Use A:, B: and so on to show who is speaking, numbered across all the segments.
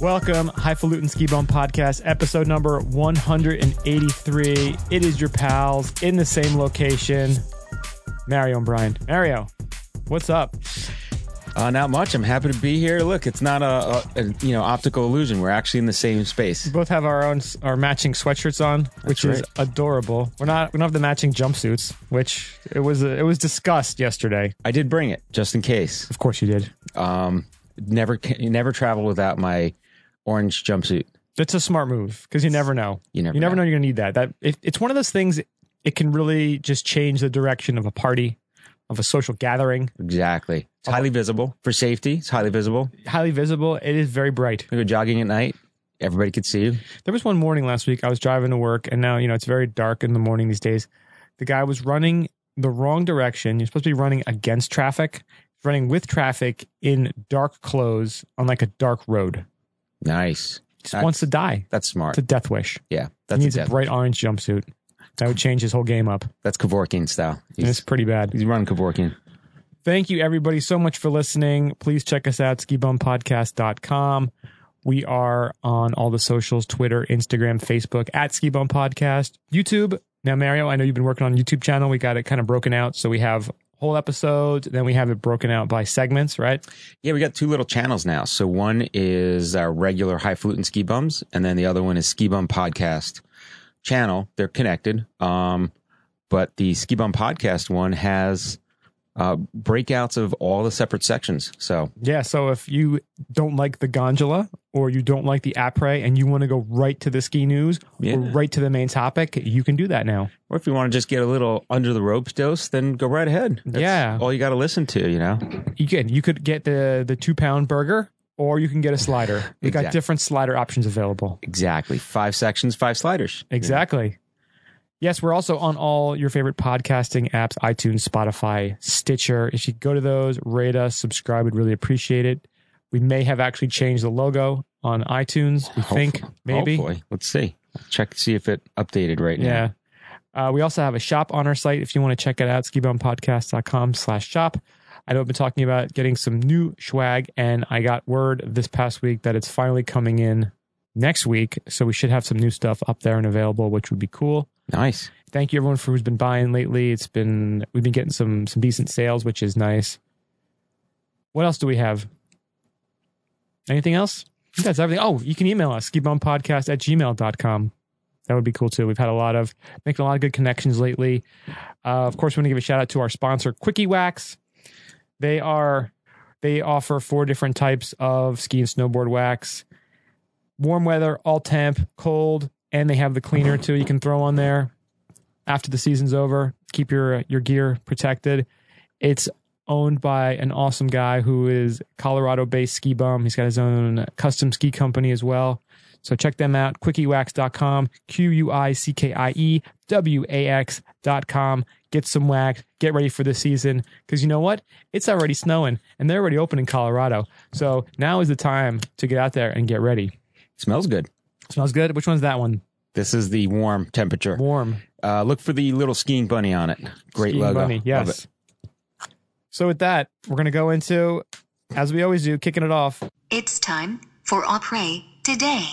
A: Welcome, Highfalutin Ski Bum Podcast, episode number 183. It is your pals in the same location, Mario and Brian. Mario, what's up?
B: Uh, not much. I'm happy to be here. Look, it's not a, a, a you know optical illusion. We're actually in the same space.
A: We both have our own our matching sweatshirts on, which is
B: right.
A: adorable. We're not we don't have the matching jumpsuits, which it was it was discussed yesterday.
B: I did bring it just in case.
A: Of course you did.
B: Um, never ca- never travel without my orange jumpsuit.
A: That's a smart move because you never know.
B: You never
A: you never know.
B: know.
A: you're gonna need that. That it, it's one of those things. It can really just change the direction of a party, of a social gathering.
B: Exactly. It's highly visible for safety. It's highly visible.
A: Highly visible. It is very bright.
B: We go jogging at night. Everybody could see you.
A: There was one morning last week. I was driving to work, and now you know it's very dark in the morning these days. The guy was running the wrong direction. You're supposed to be running against traffic. He's running with traffic in dark clothes on like a dark road.
B: Nice.
A: Just
B: That's-
A: wants to die.
B: That's
A: It's
B: smart.
A: a death wish.
B: Yeah,
A: he
B: that's a
A: needs a,
B: death.
A: bright orange jumpsuit. That would change his whole game up.
B: that's Kevorkian style.
A: And it's
B: He's,
A: pretty bad.
B: he's running Kevorkian.
A: Thank you, everybody, so much for listening. Please check us out, skibumpodcast.com. We are on all the socials Twitter, Instagram, Facebook, at Ski Bum Podcast, YouTube. Now, Mario, I know you've been working on a YouTube channel. We got it kind of broken out. So we have whole episodes, then we have it broken out by segments, right?
B: Yeah, we got two little channels now. So one is our regular highfalutin ski bums, and then the other one is Ski Bum Podcast channel. They're connected, um, but the Ski Bum Podcast one has uh, breakouts of all the separate sections. So
A: Yeah. So if you don't like the gondola or you don't like the après and you want to go right to the ski news
B: Yeah.
A: or right to the main topic, you can do that now.
B: Or if you want to just get a little under the ropes dose, then go right ahead. That's
A: Yeah.
B: all you got to listen to, you know.
A: you can you could get the the two pound burger or you can get a slider. We got
B: Exactly.
A: different slider options available.
B: Exactly, five sections, five sliders.
A: Exactly. Yes, we're also on all your favorite podcasting apps, iTunes, Spotify, Stitcher. If you go to those, rate us, subscribe, we'd really appreciate it. We may have actually changed the logo on iTunes, we think,
B: Hopefully-
A: maybe.
B: Hopefully. Oh, Let's see. Check to see if it updated right now.
A: Yeah. Uh, we also have a shop on our site if you want to check it out, skibumpodcast.com slash shop. I know I've been talking about getting some new swag, and I got word this past week that it's finally coming in next week. So we should have some new stuff up there and available, which would be cool.
B: Nice.
A: Thank you everyone for who's been buying lately. It's been we've been getting some some decent sales, which is nice. What else do we have? Anything else? I think That's everything. Oh, you can email us, skibumpodcast at gmail.com. That would be cool too. We've had a lot of making a lot of good connections lately. Uh, of course, we want to give a shout out to our sponsor, Quickie Wax. They are they offer four different types of ski and snowboard wax. Warm weather, all temp, cold, and they have the cleaner too you can throw on there after the season's over. Keep your uh, your gear protected. It's owned by an awesome guy who is Colorado-based ski bum. He's got his own uh, custom ski company as well. So check them out. Quickywax.com, Q U I C K I E W A X.com. Get some wax. Get ready for the season because you know what? It's already snowing and they're already open in Colorado. So now is the time to get out there and get ready.
B: Smells good.
A: Smells good. Which one's that one?
B: This is the warm temperature.
A: Warm.
B: Uh, look for the little skiing bunny on it. Great
A: Skiing
B: logo.
A: Bunny,
B: Love
A: yes.
B: it.
A: So with that, we're gonna go into, as we always do, kicking it off.
C: It's time for Opre today.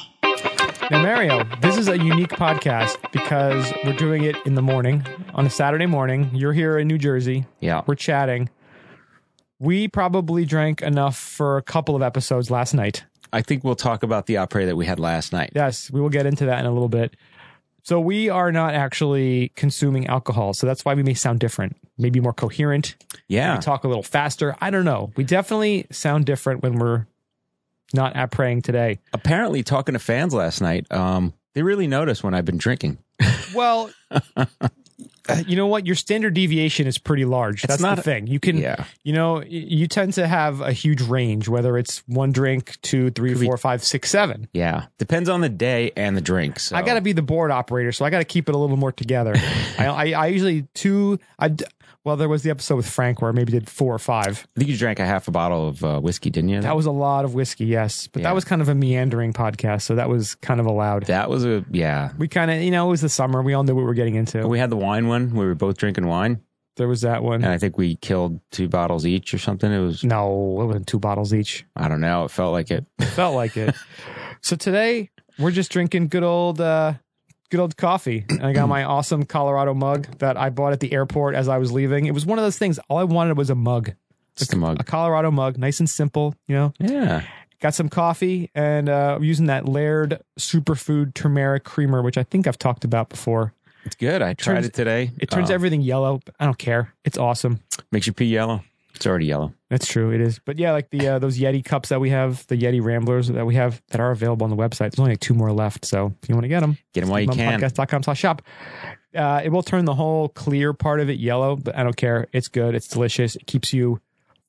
A: Now, Mario, this is a unique podcast because we're doing it in the morning on a Saturday morning. You're here in New Jersey.
B: Yeah.
A: We're chatting. We probably drank enough for a couple of episodes last night.
B: I think we'll talk about the opera that we had last night.
A: Yes, we will get into that in a little bit. So we are not actually consuming alcohol, so that's why we may sound different, maybe more coherent,
B: Yeah.
A: we talk a little faster. I don't know. We definitely sound different when we're not at praying today.
B: Apparently, talking to fans last night, um, they really noticed when I've been drinking.
A: Well, Uh, you know what? Your standard deviation is pretty large. That's
B: not
A: the
B: a-
A: thing. You can,
B: Yeah.
A: you know, y- you tend to have a huge range, whether it's one drink, two, three,
B: be-
A: four, five, six, seven.
B: Yeah. Depends on the day and the drink. So.
A: I got to be the board operator, so I got to keep it a little more together. I, I, I usually two. I d- well, there was the episode with Frank where I maybe did four or five.
B: I think you drank a half a bottle of uh, whiskey, didn't you?
A: That was a lot of whiskey, yes, but that
B: Yeah.
A: was kind of a meandering podcast, so that was kind of allowed.
B: that was a, yeah.
A: we kind of, you know, it was the summer. We all knew what we were getting into.
B: We had the wine one. We were both drinking wine.
A: There was that one.
B: And I think we killed two bottles each or something. It was,
A: No, it wasn't two bottles each.
B: I don't know. It felt like it.
A: Felt like it. so today we're just drinking good old uh good old coffee. And I got my awesome Colorado mug that I bought at the airport as I was leaving. It was one of those things all I wanted was a mug.
B: It's the
A: A
B: mug.
A: Colorado mug, nice and simple, you know.
B: Yeah.
A: Got some coffee and uh I'm using that Laird superfood turmeric creamer which I think I've talked about before.
B: It's good. I tried
A: turns-
B: it today.
A: It turns
B: Um,
A: everything yellow. but I don't care. It's awesome.
B: Makes your pee yellow. It's already yellow.
A: That's true. It is. But yeah, like the uh, those Yeti cups that we have, the Yeti Ramblers that we have that are available on the website. There's only like two more left. So if you want to get them,
B: Get them while you can.
A: podcast.com slash shop. Uh, it will turn the whole clear part of it yellow, but I don't care. It's good. It's delicious. It keeps you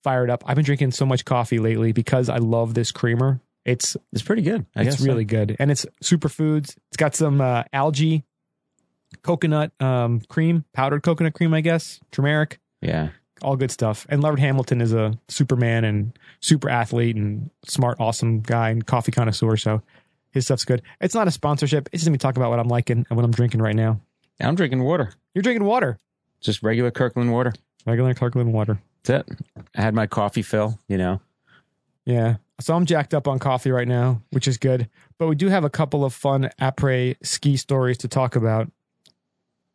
A: fired up. I've been drinking so much coffee lately because I love this creamer. It's
B: It's pretty good. I
A: it's
B: guess so.
A: really good, and it's superfoods. It's got some uh, algae, coconut um, cream, powdered coconut cream, I guess, turmeric
B: Yeah.
A: all good stuff. And Robert Hamilton is a Superman and super athlete and smart, awesome guy and coffee connoisseur. So his stuff's good. It's not a sponsorship. It's just me talking about what I'm liking and what I'm drinking right now.
B: I'm drinking water.
A: You're drinking water,
B: Just regular Kirkland water.
A: regular Kirkland water.
B: That's it. I had my coffee fill, you know.
A: Yeah. So I'm jacked up on coffee right now, which is good. But we do have a couple of fun après ski stories to talk about.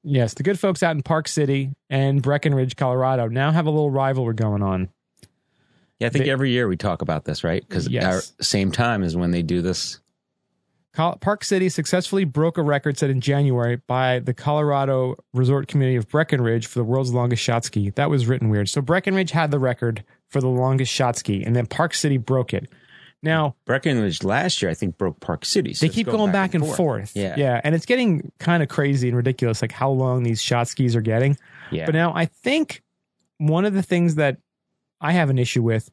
A: Yes, the good folks out in Park City and Breckenridge, Colorado, now have a little rivalry going on.
B: Yeah, I think
A: They-
B: every year we talk about this, right? Because
A: Yes.
B: our same time is when they do this.
A: Col- Park City successfully broke a record set in January by the Colorado resort community of Breckenridge for the world's longest shot ski. That was written weird. So Breckenridge had the record for the longest shot ski, and then Park City broke it. Now
B: Breckenridge last year, I think, broke Park City. so
A: they
B: it's
A: keep going, back, and forth.
B: Yeah.
A: yeah, and it's getting kind of crazy and ridiculous, like how long these shot skis are getting.
B: Yeah.
A: But now I think one of the things that I have an issue with,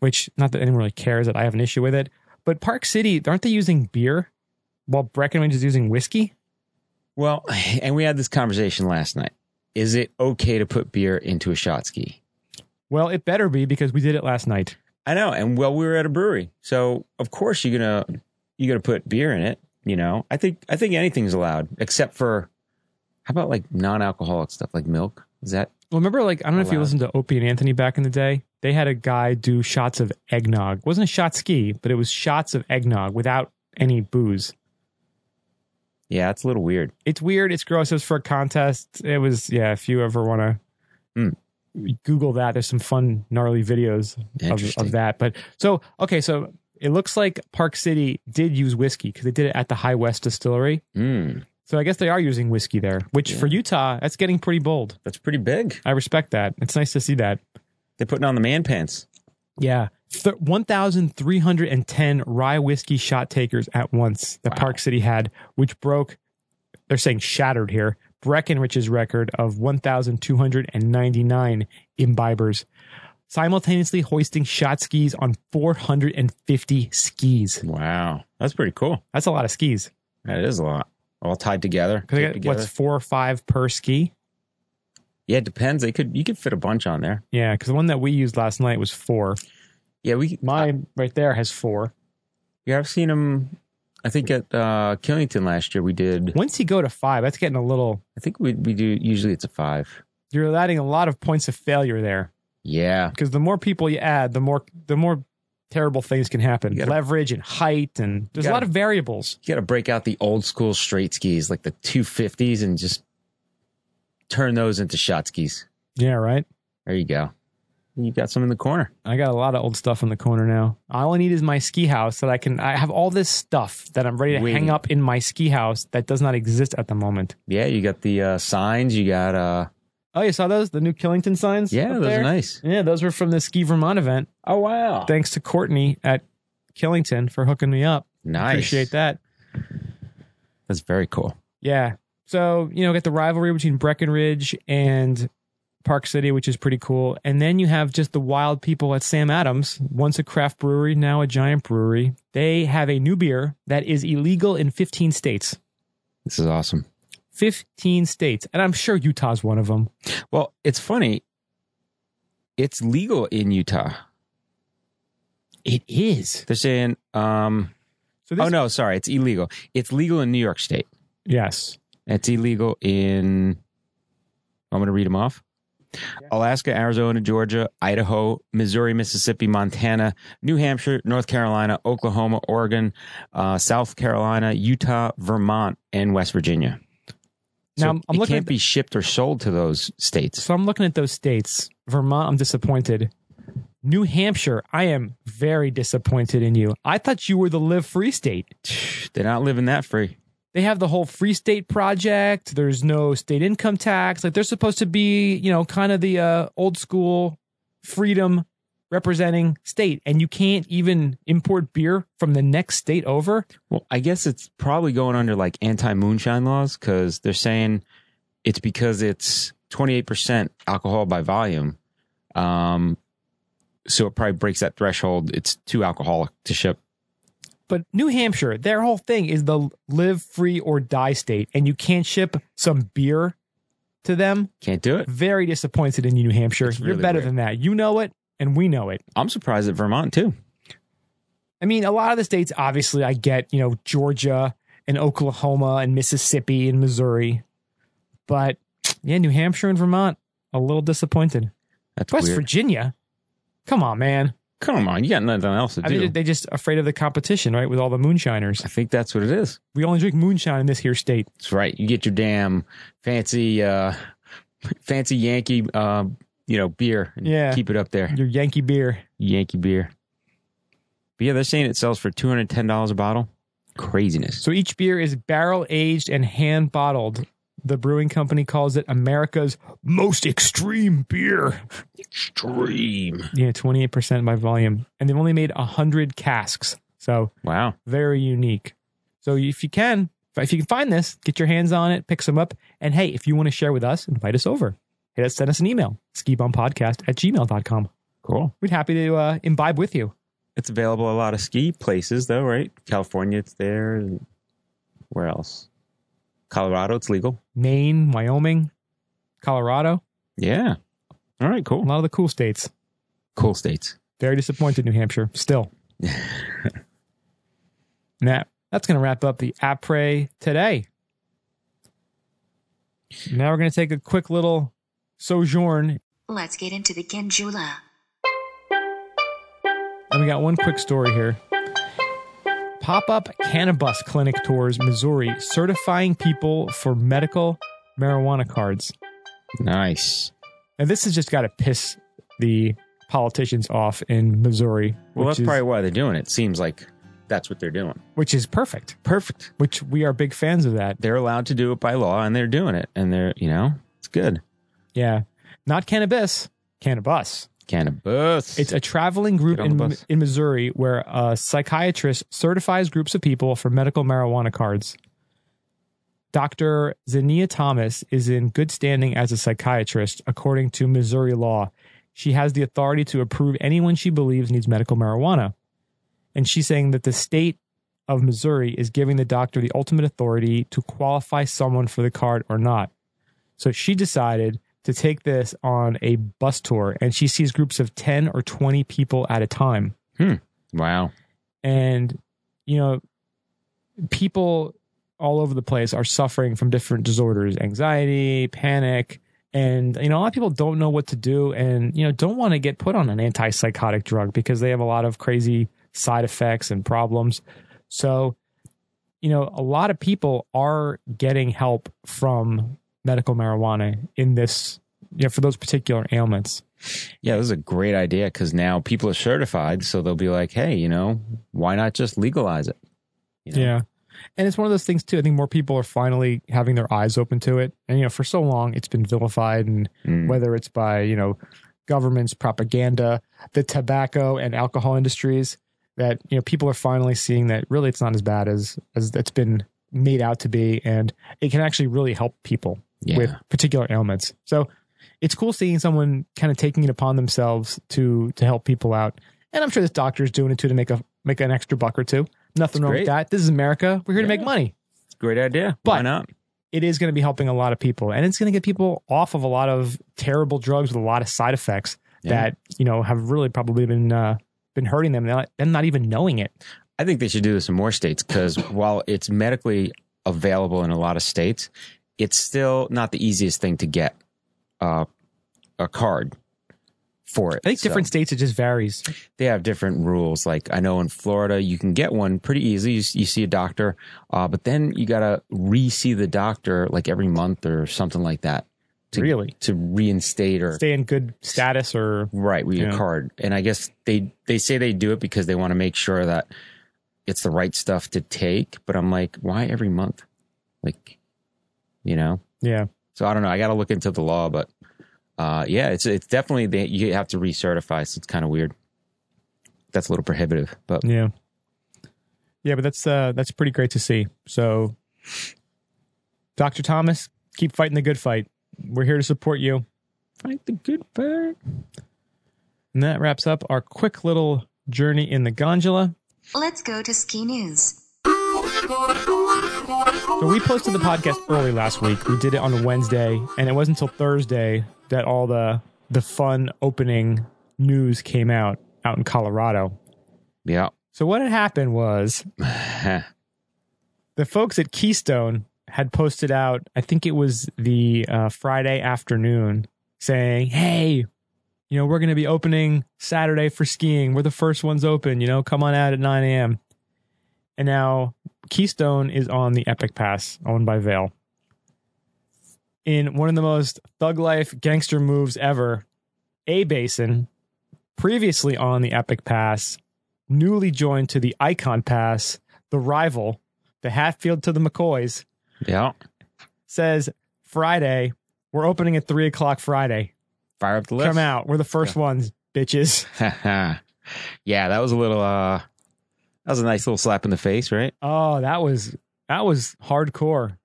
A: which not that anyone really cares that I have an issue with it, but Park City, aren't they using beer while Breckenridge is using whiskey?
B: well, and we had this conversation last night. Is it okay to put beer into a shot ski?
A: Well, it better be because we did it last night.
B: I know. And well, we were at a brewery, so of course you're gonna you're gonna put beer in it. You know, I think I think anything's allowed except for how about like non-alcoholic stuff like milk? Is that
A: Well, remember, like, I don't know if you
B: Allowed.
A: listened to Opie and Anthony back in the day. They had a guy do shots of eggnog. It wasn't a shot ski, but it was shots of eggnog without any booze.
B: yeah? It's a little weird.
A: It's weird. It's gross. It was for a contest. It was, yeah, if you ever want
B: Hmm.
A: to Google that, there's some fun, gnarly videos of,
B: Interesting.
A: of that. But so, okay, so it looks like Park City did use whiskey because they did it at the High West Distillery.
B: Mm,
A: So I guess they are using whiskey there, which
B: Yeah.
A: for Utah, that's getting pretty bold.
B: that's pretty big.
A: I respect that. It's nice to see that.
B: They're putting on the man pants.
A: Yeah. Th- 1,310 rye whiskey shot takers at once that
B: Wow.
A: Park City had, which broke, they're saying shattered here, Breckenridge's record of 1,299 imbibers, simultaneously hoisting shot skis on 450 skis.
B: Wow, that's pretty cool.
A: That's a lot of skis.
B: That is a lot. All tied together.
A: Because I got,
B: taped together.
A: what's four or five per ski?
B: yeah, it depends. They could you could fit a bunch on there.
A: Yeah, because the one that we used last night was four.
B: Yeah, we. uh,
A: Mine right there has four.
B: Yeah, I've seen them. I think at uh, Killington last year we did.
A: Once you go to five, that's getting a little,
B: I think we we do usually it's a five.
A: you're adding a lot of points of failure there.
B: Yeah,
A: because the more people you add, the more the more terrible things can happen.
B: You gotta-
A: Leverage and height, and there's a
B: gotta-
A: lot of variables.
B: you got to break out the old school straight skis, like the 250s, and just turn those into shot skis.
A: Yeah, right.
B: There you go. You got some in the corner.
A: I got a lot of old stuff in the corner now. All I need is my ski house that I can. I have all this stuff that I'm ready to
B: Waiting.
A: hang up in my ski house that does not exist at the moment.
B: Yeah, you got the uh, signs. You got uh,
A: Oh, you saw those? The new Killington signs?
B: yeah,
A: up
B: those
A: there?
B: are nice.
A: Yeah, those were from the Ski Vermont event.
B: Oh wow,
A: Thanks to Courtney at Killington for hooking me up.
B: nice.
A: Appreciate that.
B: That's very cool.
A: Yeah. So, you know, get the rivalry between Breckenridge and Park City, which is pretty cool. And then you have just the wild people at Sam Adams, once a craft brewery, now a giant brewery. They have a new beer that is illegal in 15 states.
B: This is awesome.
A: 15 states. And I'm sure Utah's one of them.
B: Well, it's funny. It's legal in Utah.
A: It is.
B: They're saying, um,
A: So this,
B: oh no, sorry, it's illegal. It's legal in New York State.
A: Yes.
B: It's illegal in. I'm going to read them off. Alaska, Arizona, Georgia, Idaho, Missouri, Mississippi, Montana, New Hampshire, North Carolina, Oklahoma, Oregon, uh, South Carolina, Utah, Vermont, and West Virginia. So
A: Now, I'm- I'm
B: it
A: looking
B: can't
A: at
B: be shipped or sold to those states.
A: So I'm looking at those states. Vermont, I'm disappointed. New Hampshire, I am very disappointed in you. I thought you were the live free state.
B: They're not living that free.
A: They have the whole free state project. There's no state income tax. Like they're supposed to be, you know, kind of the uh, old school freedom representing state. And you can't even import beer from the next state over.
B: Well, I guess it's probably going under like anti moonshine laws because they're saying it's because it's 28% alcohol by volume. Um, so it probably breaks that threshold. It's too alcoholic to ship.
A: But New Hampshire, their whole thing is the live free or die state. And you can't ship some beer to them.
B: Can't do it.
A: very disappointed in you, New Hampshire.
B: It's
A: You're
B: really
A: better
B: weird.
A: than that. You know it, and we know it.
B: I'm surprised at Vermont too.
A: I mean, a lot of the states, obviously, I get, you know, Georgia and Oklahoma and Mississippi and Missouri. But yeah, New Hampshire and Vermont, a little disappointed.
B: That's
A: West
B: weird.
A: Virginia, come on, man.
B: Come on, you got nothing else to
A: I
B: do.
A: mean, they just afraid of the competition, right? With all the moonshiners.
B: I think that's what it is.
A: We only drink moonshine in this here state.
B: That's right. You get your damn fancy, uh, fancy Yankee, uh, you know, beer. And
A: Yeah.
B: keep it up there,
A: Your Yankee beer.
B: Yankee beer. But yeah, they're saying it sells for two hundred ten dollars a bottle. Craziness.
A: So each beer is barrel aged and hand bottled. The brewing company calls it America's most extreme beer.
B: Extreme.
A: Yeah, 28% by volume. And they've only made 100 casks. So
B: Wow.
A: very unique. So if you can, if you can find this, get your hands on it, pick some up. And hey, if you want to share with us, invite us over. Hit us, send us an email, skibumpodcast at gmail.com.
B: Cool.
A: We'd happy to uh, imbibe with you.
B: It's available at a lot of ski places though, right? California, it's there. and Where else? Colorado, it's legal.
A: Maine, Wyoming, Colorado,
B: Yeah. All right.
A: a
B: Cool.
A: lot of the cool states.
B: Cool states.
A: Very disappointed, New Hampshire, still. And that, that's going to wrap up the après today. Now we're going to take a quick little sojourn,
C: Let's get into the Ginjula.
A: and we got one quick story here. Pop up cannabis clinic tours, Missouri, certifying people for medical marijuana cards.
B: Nice.
A: And this has just got to piss the politicians off in Missouri,
B: Well,
A: which,
B: that's
A: is,
B: probably why they're doing it. Seems like that's what they're doing.
A: which is perfect,
B: Perfect.
A: which we are big fans of that.
B: They're allowed to do it by law, and they're doing it, and they're you know it's good.
A: Yeah. Not cannabis, cannabis.
B: Cannabis.
A: It's a traveling group
B: Get on the
A: in,
B: bus.
A: in Missouri where a psychiatrist certifies groups of people for medical marijuana cards. Dr. Zania Thomas is in good standing as a psychiatrist, according to Missouri law. She has the authority to approve anyone she believes needs medical marijuana. And she's saying that the state of Missouri is giving the doctor the ultimate authority to qualify someone for the card or not. So she decided to take this on a bus tour and she sees groups of 10 or 20 people at a time.
B: wow.
A: And, you know, people all over the place are suffering from different disorders, anxiety, panic. And, you know, a lot of people don't know what to do and, you know, don't want to get put on an antipsychotic drug because they have a lot of crazy side effects and problems. So, you know, a lot of people are getting help from medical marijuana in this, you know, for those particular ailments.
B: Yeah, this is a great idea because now people are certified, so they'll be like, hey, you know, why not just legalize it? You know?
A: Yeah. And it's one of those things too. I think more people are finally having their eyes open to it. And you know, for so long it's been vilified and
B: Mm.
A: whether it's by, you know, government's propaganda, the tobacco and alcohol industries that, you know, people are finally seeing that really it's not as bad as as it's been made out to be and it can actually really help people
B: Yeah.
A: with particular ailments. So it's cool seeing someone kind of taking it upon themselves to to help people out. And I'm sure this doctor is doing it too to make a make an extra buck or two. Nothing
B: That's
A: wrong
B: great.
A: with that. This is America. We're here to make
B: Yeah.
A: money.
B: great idea.
A: But-
B: why not?
A: It is going to be helping a lot of people and it's going to get people off of a lot of terrible drugs with a lot of side effects
B: Yeah.
A: that, you know, have really probably been uh been hurting them, not- them not even knowing it.
B: I think they should do this in more states because while it's medically available in a lot of states, it's still not the easiest thing to get uh, a card for it.
A: I think
B: So
A: different states it just varies.
B: They have different rules. Like I know in Florida, you can get one pretty easy. You, s- you see a doctor, uh, but then you gotta re see the doctor like every month or something like that to
A: Really?
B: to reinstate or
A: Stay in good status or
B: Right, with your
A: Yeah.
B: card. And I guess they they say they do it because they want to make sure that it's the right stuff to take, but I'm like, why every month? Like, you know.
A: yeah.
B: So I don't know. I got to look into the law, but uh yeah, it's it's definitely they, you have to recertify, so it's kind of weird. That's a little prohibitive, but
A: Yeah. Yeah, but that's uh that's pretty great to see. So Dr. Thomas, keep fighting the good fight. We're here to support you. Fight the good fight. And that wraps up our quick little journey in the gondola.
C: Let's go to ski news.
A: So we posted the podcast early last week. We did it on a Wednesday, and it wasn't until Thursday that all the the fun opening news came out out in Colorado.
B: yeah.
A: So what had happened was the folks at Keystone had posted out, I think it was the uh, Friday afternoon, saying, "Hey, you know, we're going to be opening Saturday for skiing. We're the first ones open. You know, come on out at 9 a.m." And now Keystone is on the Epic Pass, owned by Vail. In one of the most thug life gangster moves ever, A Basin, previously on the Epic Pass, newly joined to the Icon Pass, the rival, the Hatfield to the McCoys,
B: yeah.
A: says Friday, we're opening at three o'clock Friday.
B: Fire up the list.
A: Come out. We're the first ones, bitches.
B: yeah, that was a little uh that was a nice little slap in the face, right?
A: Oh, that was that was hardcore.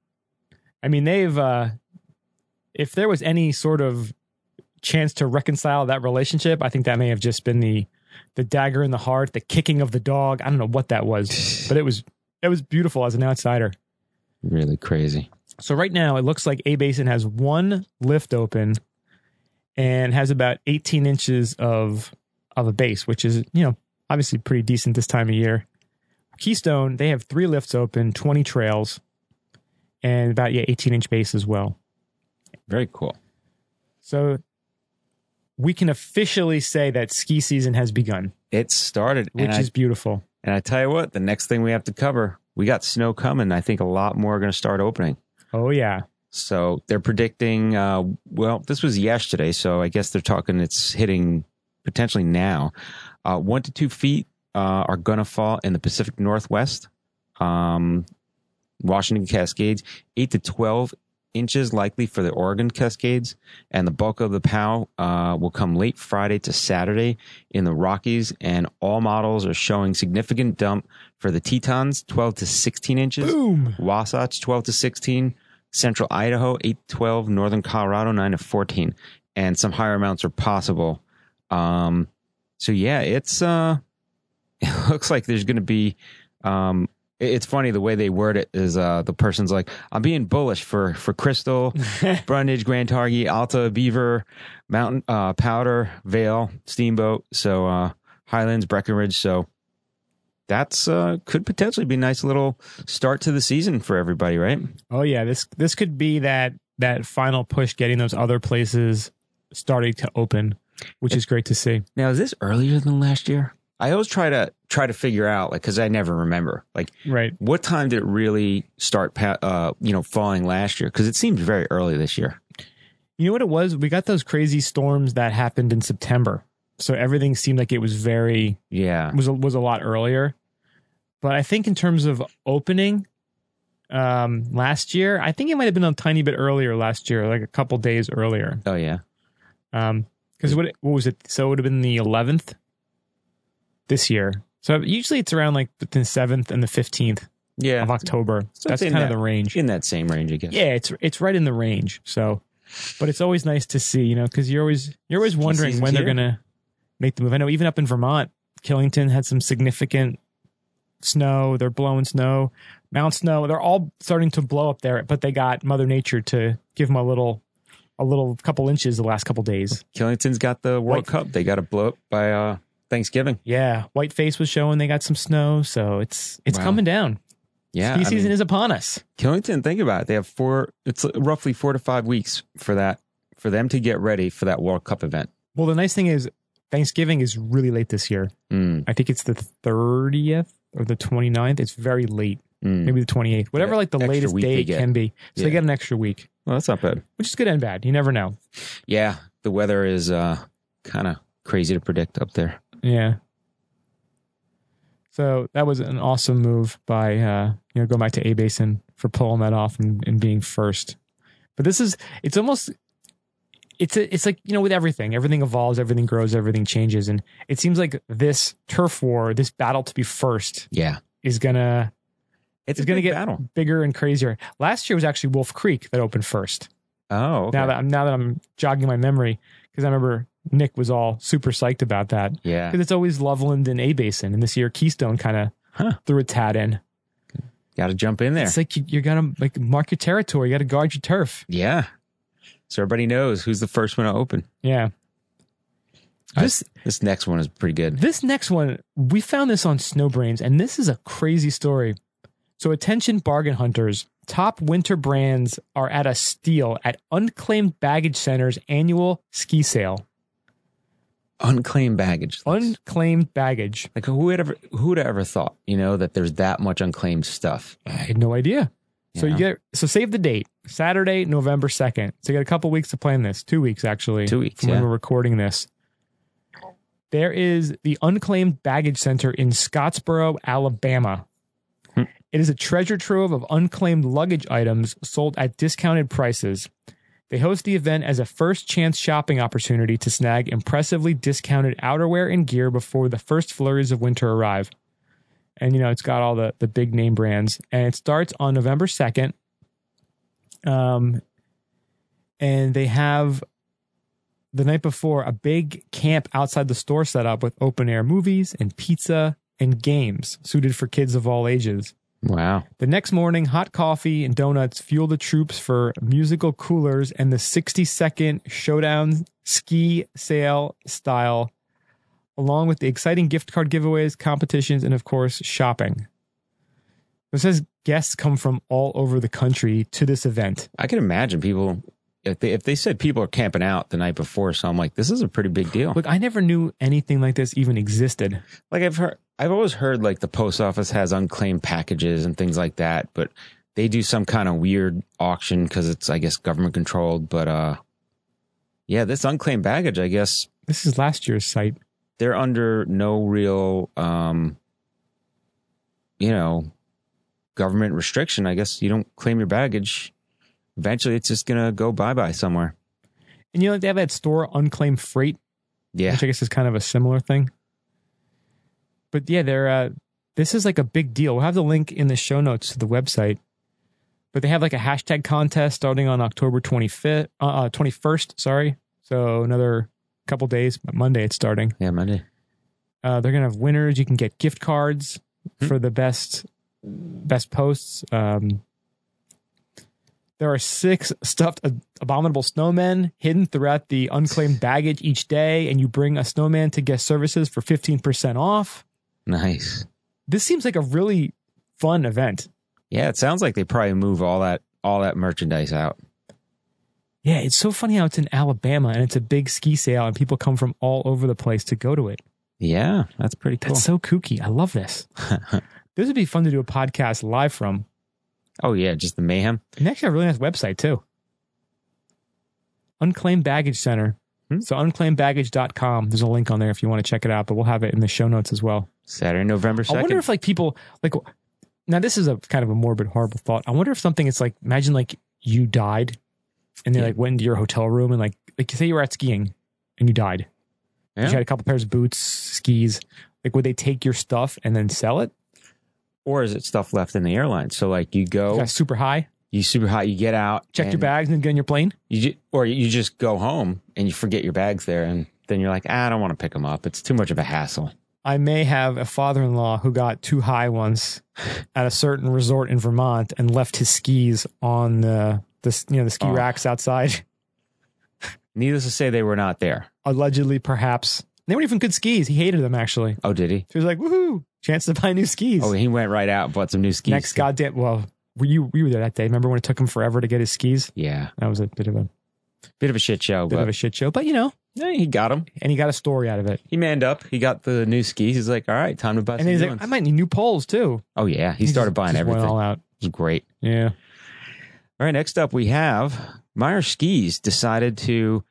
A: I mean, they've uh if there was any sort of chance to reconcile that relationship, I think that may have just been the the dagger in the heart, the kicking of the dog. I don't know what that was, but it was it was beautiful as an outsider.
B: Really crazy.
A: So right now it looks like A Basin has one lift open and has about 18 inches of of a base, which is, you know, obviously pretty decent this time of year. Keystone, they have three lifts open, 20 trails, and about yeah, 18 inch base as well.
B: Very cool.
A: So we can officially say that ski season has begun,
B: It started
A: which
B: and I
A: is beautiful.
B: And I tell you what, the next thing we have to cover, we got snow coming. I think a lot more are going to start opening.
A: Oh yeah.
B: So they're predicting, uh, well, this was yesterday. So I guess they're talking it's hitting potentially now. Uh, one to two feet uh, are going to fall in the Pacific Northwest, um, Washington Cascades, eight to 12 inches likely for the Oregon Cascades. And the bulk of the POW uh, will come late Friday to Saturday in the Rockies. And all models are showing significant dump for the Tetons, 12 to 16 inches.
A: Boom.
B: Wasatch 12 to 16, Central Idaho 8 to 12, Northern Colorado 9 to 14, and some higher amounts are possible. Um, so yeah, it's uh, it looks like there's going to be. Um, it- it's funny the way they word it is uh, the person's like, I'm being bullish for for Crystal, Brundage, Grand Targhee, Alta, Beaver, Mountain uh, Powder, Vale, Steamboat, so uh, Highlands, Breckenridge, so. That's uh, could potentially be a nice little start to the season for everybody, right?
A: Oh yeah, this this could be that that final push getting those other places starting to open, which is great to see.
B: Now, is this earlier than last year? I always try to try to figure out, like, because I never remember, like,
A: Right.
B: what time did it really start, pa- uh, you know, falling last year? Because it seemed very early this year.
A: You know what it was? We got those crazy storms that happened in September. So everything seemed like it was very
B: Yeah,
A: was a, was a lot earlier. But I think in terms of opening um last year, I think it might have been a tiny bit earlier last year, like a couple days earlier.
B: oh yeah,
A: Um cuz what what was it? So it would have been the 11th this year. So usually it's around like between the 7th and the 15th.
B: yeah,
A: of October.
B: So
A: That's
B: it's in
A: kind of
B: that-
A: the range.
B: in that same range, I guess.
A: Yeah, it's it's right in the range. So, but it's always nice to see, you know, because you're always you're always
B: Ski
A: wondering
B: season's
A: when they're
B: here.
A: gonna make the move. I know even up in Vermont, Killington had some significant snow. They're blowing snow, Mount Snow. They're all starting to blow up there, but they got Mother Nature to give them a little, a little couple inches the last couple days.
B: Killington's got the World
A: Like-
B: Cup; they got to blow up by uh, Thanksgiving.
A: Yeah, Whiteface was showing they got some snow, so it's it's
B: Wow.
A: coming down.
B: Yeah,
A: Ski
B: I
A: season
B: mean,
A: is upon us.
B: Killington. Think about it; they have four. It's roughly four to five weeks for that for them to get ready for that World Cup event.
A: Well, the nice thing is Thanksgiving is really late this year.
B: Mm,
A: I think it's the 30th or the 29th. It's very late.
B: mm.
A: Maybe the 28th. Whatever
B: Yeah,
A: like the
B: extra
A: latest
B: week
A: day
B: they
A: it
B: get.
A: can be. So they
B: Yeah.
A: get an extra week,
B: Well, that's not bad.
A: which is good and bad. You never know.
B: Yeah, the weather is uh, kind of crazy to predict up there.
A: Yeah. So that was an awesome move by uh, you know going back to A Basin for pulling that off and, and being first. But this is it's almost it's a, it's like you know with everything everything evolves everything grows everything changes and it seems like this turf war this battle to be first
B: Yeah,
A: is gonna
B: it's,
A: a
B: gonna
A: big
B: get battle.
A: bigger and crazier. Last year was actually Wolf Creek that opened first.
B: Oh, okay.
A: Now that I'm now that I'm jogging my memory because I remember Nick was all super psyched about that
B: yeah,
A: because it's always Loveland and A Basin, and this year Keystone kind of
B: Huh.
A: threw a tad in.
B: got to jump in there.
A: It's like you, you're gonna like mark your territory, you got to guard your turf.
B: yeah, so everybody knows who's the first one to open.
A: Yeah.
B: I-
A: This
B: This next one is pretty good.
A: this next one we found this on Snowbrains, and this is a crazy story. So attention, bargain hunters! Top winter brands are at a steal at Unclaimed Baggage Center's annual ski sale.
B: Unclaimed baggage.
A: Unclaimed baggage.
B: like who would ever who would have ever thought you know that there's that much unclaimed stuff.
A: I had no idea. So you
B: know?
A: get so save the date Saturday, November second. So you got a couple weeks to plan this. Two weeks actually.
B: two weeks.
A: from when
B: Yeah.
A: we're recording this. There is the Unclaimed Baggage Center in Scottsboro, Alabama.
B: Hmm.
A: It is a treasure trove of unclaimed luggage items sold at discounted prices. They host the event as a first chance shopping opportunity to snag impressively discounted outerwear and gear before the first flurries of winter arrive. And you know, it's got all the the big name brands and it starts on November 2nd. Um and they have the night before a big camp outside the store set up with open air movies and pizza and games suited for kids of all ages.
B: Wow.
A: The next morning, hot coffee and donuts fuel the troops for musical coolers and the 60 second showdown ski sale style, along with the exciting gift card giveaways, competitions, and of course, shopping. It says guests come from all over the country to this event.
B: I can imagine people if they if they said people are camping out the night before, so I'm like, this is a pretty big deal.
A: Look, I never knew anything like this even existed.
B: Like I've heard I've always heard like the post office has unclaimed packages and things like that, but they do some kind of weird auction because it's I guess government controlled. But uh yeah, this unclaimed baggage, I guess
A: This is last year's site.
B: they're under no real um you know government restriction. I guess you don't claim your baggage. Eventually it's just gonna go bye bye somewhere.
A: And you know, they have that store unclaimed freight,
B: Yeah.
A: which I guess is kind of a similar thing. But yeah, they're uh, this is like a big deal. We'll have the link in the show notes to the website. But they have like a hashtag contest starting on October 25th, uh, uh, 21st, sorry. So another couple days, but Monday it's starting.
B: Yeah, Monday.
A: Uh, they're going to have winners. You can get gift cards
B: Hmm.
A: for the best best posts. Um, there are six stuffed ab- abominable snowmen hidden throughout the unclaimed baggage each day, and you bring a snowman to guest services for fifteen percent off.
B: Nice.
A: This seems like a really fun event.
B: Yeah, it sounds like they probably move all that all that merchandise out.
A: Yeah, it's so funny how it's in Alabama and it's a big ski sale, and people come from all over the place to go to it.
B: Yeah, that's pretty cool.
A: That's so kooky. I love this. this would be fun to do a podcast live from.
B: oh yeah, just the mayhem.
A: And they actually have a really nice website too. Unclaimed Baggage Center.
B: Hmm.
A: So unclaimedbaggage.com. There's a link on there if you want to check it out, but we'll have it in the show notes as well.
B: Saturday, November
A: I wonder
B: second.
A: if like people like now this is a kind of a morbid, horrible thought. I wonder if something it's like imagine like you died and they
B: Yeah.
A: like went into your hotel room and like like say you were out skiing and you died.
B: Yeah.
A: You had a couple pairs of boots, skis. Like would they take your stuff and then sell it?
B: or is it stuff left in the airline? So like you
A: You
B: go,
A: got super high,
B: you super hot, you get out,
A: check your
B: Oh. and
A: bags and then get on your plane.
B: You ju- or you just go home and you forget your bags there, and then you're like, ah, I don't want to pick them up. It's too much of a hassle.
A: I may have a father in law who got too high once at a certain resort in Vermont and left his skis on the, the you know the ski
B: Oh.
A: racks outside.
B: Needless to say, they were not there.
A: Allegedly, perhaps they weren't even good skis. He hated them actually. So
B: Oh, did he?
A: he was like, "Woohoo! Chance to buy new skis."
B: Oh, he went right out, and bought some new skis.
A: Next goddamn well, were you we were there that day. Remember when it took him forever to get his skis?
B: yeah,
A: That was a bit of a
B: Bit of a shit show,
A: Bit
B: Oh, but
A: of a shit show, but you know,
B: yeah, he got him.
A: and he got a story out of it.
B: He manned up. He got the new skis. He's like, all right, time to buy
A: And
B: some
A: then he's
B: new
A: like, I
B: ones.
A: might need new poles too.
B: oh yeah, he,
A: just-
B: started buying
A: just
B: everything.
A: Went all
B: It
A: out.
B: was great.
A: Yeah.
B: All right, next up we have Meyer Skis decided to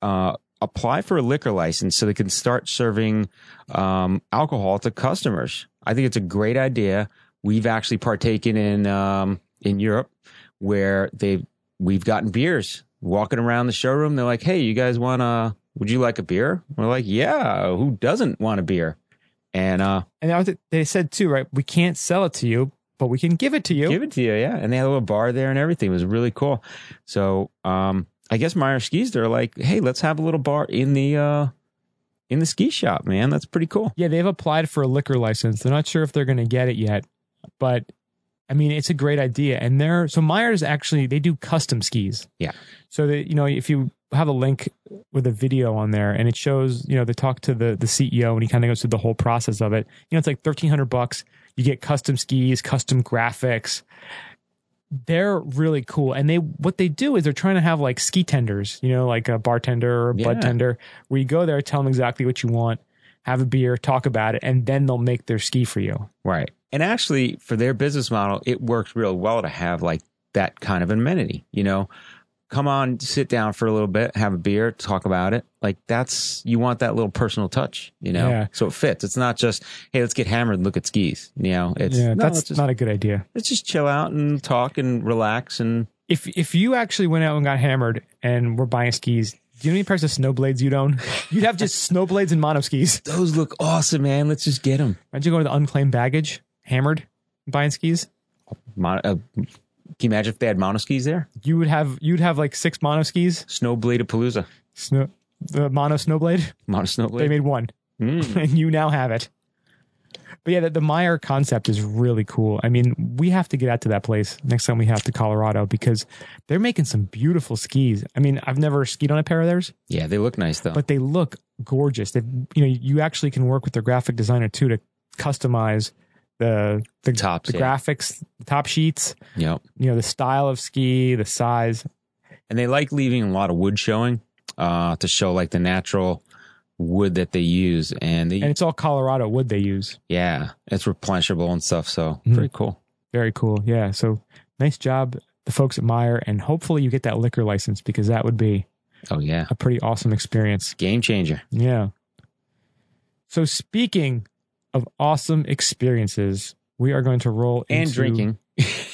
B: uh, apply for a liquor license so they can start serving um, alcohol to customers. I think it's a great idea. We've actually partaken in um, in Europe where they we've gotten beers walking around the showroom. They're like, "Hey, you guys want to? Would you like a beer?" We're like, "Yeah, who doesn't want a beer?" And uh,
A: And I was- they said too, right? We can't sell it to you, but we can give it to you.
B: Give it to you, yeah. And they had a little bar there and everything. It was really cool. So um I guess Meyer skis they're like, hey, let's have a little bar in the uh in the ski shop, man. That's pretty cool.
A: Yeah, they've applied for a liquor license. They're not sure if they're going to get it yet, but I mean, it's a great idea. And they're so Myers actually they do custom skis.
B: Yeah.
A: So that you know, if you have a link with a video on there, and it shows you know they talk to the the CEO, and he kind of goes through the whole process of it. You know, it's like thirteen hundred bucks. You get custom skis, custom graphics. They're really cool, and they what they do is they're trying to have like ski tenders, you know, like a bartender or a
B: Yeah.
A: bud tender, where you go there, tell them exactly what you want, have a beer, talk about it, and then they'll make their ski for you.
B: Right. And actually for their business model, it works real well to have like that kind of amenity, you know. Come on, sit down for a little bit, have a beer, talk about it. Like that's you want that little personal touch, you know.
A: Yeah.
B: So it fits. It's not just, hey, let's get hammered and look at skis. You know, it's
A: yeah,
B: no,
A: that's
B: let's just,
A: not a good idea.
B: let's just chill out and talk and relax and
A: If if you actually went out and got hammered and were buying skis, do you know any pairs of snowblades you'd own? You'd have just snowblades and mono skis.
B: those look awesome, man. Let's just get them.
A: Imagine going to the unclaimed baggage, hammered, buying skis.
B: Mon- uh, can you imagine if they had monoskis there?
A: You would have you'd have like six mono skis.
B: Snowblade of Palooza.
A: Snow the mono snowblade.
B: Mono
A: They
B: snowblade.
A: made one.
B: Mm.
A: and you now have it. But yeah, the, the Meyer concept is really cool. I mean, we have to get out to that place next time we have to Colorado because they're making some beautiful skis. I mean, I've never skied on a pair of theirs,
B: Yeah, they look nice though.
A: but they look gorgeous. They, you know, you actually can work with their graphic designer too to customize the the,
B: Tops,
A: the
B: yeah.
A: graphics, the top sheets.
B: yep.
A: You know, the style of ski, the size.
B: And they like leaving a lot of wood showing uh, to show like the natural wood that they use, and they
A: And it's all Colorado wood they use.
B: yeah, it's replenishable and stuff. So
A: Mhm.
B: pretty cool.
A: Very cool. Yeah. So nice job, the folks at Meyer, and hopefully you get that liquor license because that would be
B: Oh yeah,
A: a pretty awesome experience.
B: game changer.
A: Yeah. So speaking of awesome experiences, we are going to roll
B: And
A: into-
B: drinking.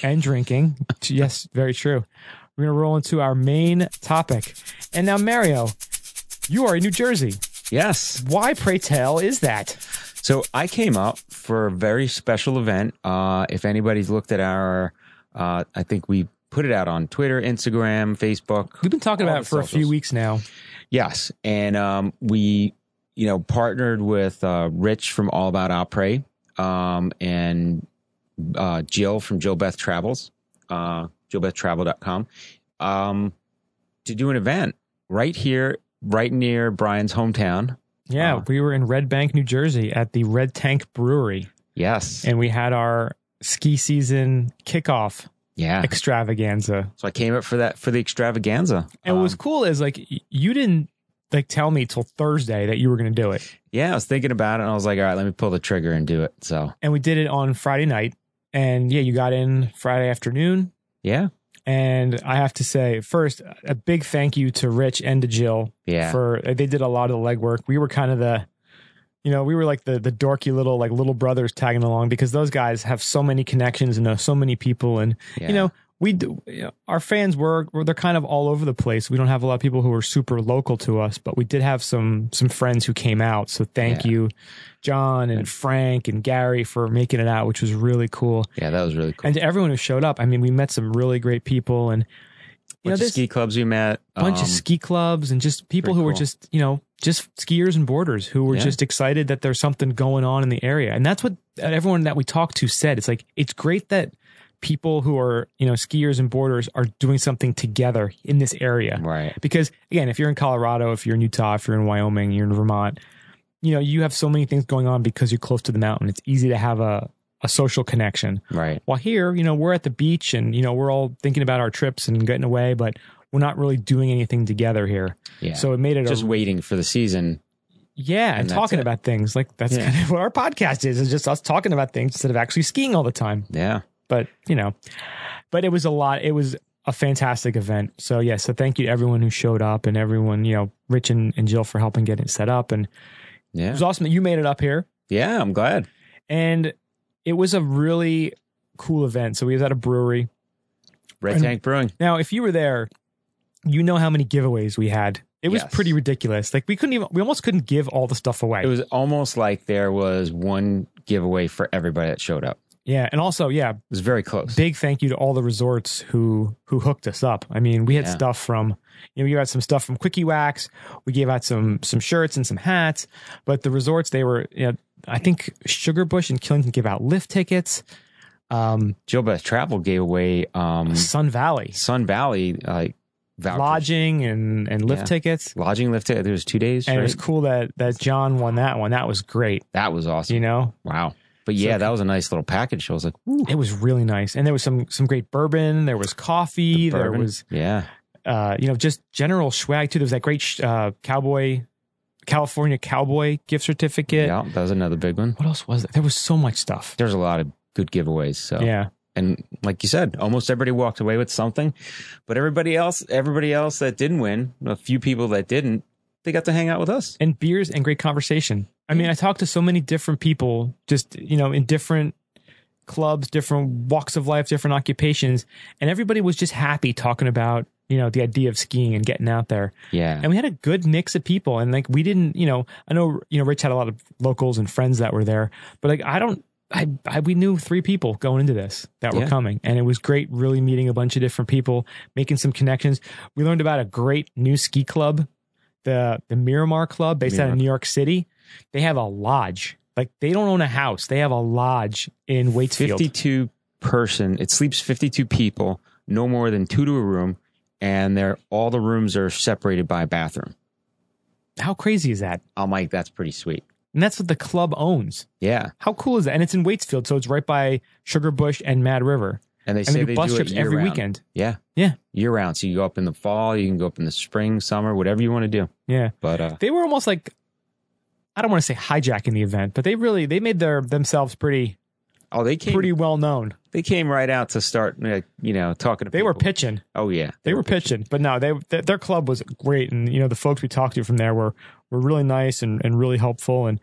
A: and drinking. yes, very true. We're going to roll into our main topic. And now, Mario, you are in New Jersey.
B: Yes.
A: Why, pray tell, is that?
B: So I came up for a very special event. Uh, if anybody's looked at our, uh, I think we put it out on Twitter, Instagram, Facebook.
A: We've been talking
B: All
A: about it
B: the
A: for a few
B: socials.
A: weeks now.
B: Yes, and um, we, you know, partnered with uh, Rich from All About Opry, um, and uh, Jill from Jill Beth Travels, uh, JillBethTravel.com, um, to do an event right here, right near Brian's hometown.
A: Yeah,
B: Uh-huh.
A: we were in Red Bank, New Jersey at the Red Tank Brewery.
B: Yes,
A: and we had our ski season kickoff
B: yeah.
A: extravaganza.
B: So I came up for that for the extravaganza.
A: And what was
B: Um,
A: cool is like y- you didn't like tell me till Thursday that you were going to do it,
B: Yeah, I was thinking about it and I was like, all right, let me pull the trigger and do it. So,
A: and we did it on Friday night. And yeah, you got in Friday afternoon.
B: yeah.
A: And I have to say, first, a big thank you to Rich and to Jill
B: Yeah.
A: for uh, they did a lot of the legwork. We were kind of the, you know, we were like the the dorky little like little brothers tagging along because those guys have so many connections and know so many people and
B: yeah.
A: you know we do, you know, our fans were were- they're kind of all over the place we don't have a lot of people who are super local to us but we did have some some friends who came out so thank
B: Yeah.
A: you john and
B: And-
A: frank and gary for making it out which was really cool
B: yeah, that was really cool.
A: and to everyone who showed up i mean we met some really great people and you
B: bunch
A: know
B: of
A: this
B: ski clubs we met.
A: bunch
B: um,
A: of ski clubs and just people
B: pretty
A: who were
B: cool.
A: just you know just skiers and boarders who were
B: Yeah.
A: just excited that there's something going on in the area and that's what everyone that we talked to said it's like it's great that people who are you know skiers and boarders are doing something together in this area
B: Right.
A: because again if you're in colorado if you're in utah if you're in wyoming you're in vermont you know you have so many things going on because you're close to the mountain it's easy to have a, a social connection
B: Right.
A: while here, you know, we're at the beach and, you know, we're all thinking about our trips and getting away, but we're not really doing anything together here.
B: Yeah.
A: So it made it
B: just
A: a,
B: waiting for the season.
A: yeah, and,
B: and that's
A: talking
B: it.
A: about things like that's
B: Yeah.
A: kind of what our podcast is. It's just us talking about things instead of actually skiing all the time.
B: Yeah.
A: but you know, but it was a lot. It was a fantastic event. So yeah, so thank you to everyone who showed up and everyone, you know, Rich and, and Jill for helping get it set up. And it
B: Yeah.
A: was awesome that you made it up here.
B: Yeah. I'm glad.
A: And it was a really cool event. So we was at a brewery.
B: Red
A: And-
B: Tank Brewing.
A: Now, if you were there, you know how many giveaways we had. It was
B: Yes.
A: pretty ridiculous. Like we couldn't even we almost couldn't give all the stuff away.
B: It was almost like there was one giveaway for everybody that showed up.
A: yeah. And also, yeah,
B: It was very close.
A: big thank you to all the resorts who who hooked us up. I mean, we had
B: Yeah.
A: stuff from you know we got some stuff from Quickie Wax. We gave out some some shirts and some hats, but the resorts they were you know, I think Sugarbush and Killington gave out lift tickets. Um,
B: Jill Beth Travel gave away um,
A: Sun Valley
B: Sun Valley like vouchers.
A: lodging and and lift
B: Yeah.
A: tickets.
B: lodging lift. There was two days.
A: And it
B: right?
A: was cool that that John won that one. That was great.
B: that was awesome.
A: You know,
B: Wow. But yeah, that was a nice little package. I was like, ooh,
A: it was really nice. And there was some some great bourbon. There was coffee. there
B: bourbon.
A: was
B: yeah,
A: uh, you know, just general swag too. There was that great sh- uh, cowboy, California cowboy gift certificate.
B: yeah. That was another big one.
A: What else was there? There was so much stuff.
B: There's a lot of good giveaways. So
A: Yeah,
B: and like you said, almost everybody walked away with something, but everybody else, everybody else that didn't win, a few people that didn't, they got to hang out with us.
A: and beers and great conversation. I mean, I talked to so many different people, just you know, in different clubs, different walks of life, different occupations, and everybody was just happy talking about you know the idea of skiing and getting out there.
B: Yeah,
A: and we had a good mix of people and like we didn't you know i know you know rich had a lot of locals and friends that were there but like i don't i, I we knew three people going into this that were
B: Yeah.
A: coming and it was great really meeting a bunch of different people making some connections we learned about a great new ski club the the miramar club based out
B: Miramar.
A: of new york city they have a lodge like they don't own a house they have a lodge in waitsfield
B: 52 person. It sleeps 52 people, no more than two to a room, and they're all the rooms are separated by a bathroom.
A: how crazy is that
B: I'm like, that's pretty sweet.
A: and that's what the club owns
B: Yeah,
A: how cool is that and it's in waitsfield so it's right by sugarbush and mad river
B: and they
A: and
B: say
A: they
B: they
A: do bus
B: do it
A: trips
B: year
A: every
B: round.
A: weekend.
B: Yeah,
A: Yeah.
B: year round. So you go up in the fall, you can go up in the spring, summer, whatever you want to do.
A: Yeah,
B: But uh,
A: they were almost like I don't want to say hijacking the event, but they really they made their themselves pretty
B: oh, they came
A: pretty well known.
B: They came right out to start, like, you know, talking to
A: They were
B: people.
A: pitching,
B: Oh, yeah.
A: they were pitching, but no, they th- their club was great, and you know the folks we talked to from there were were really nice and and really helpful and.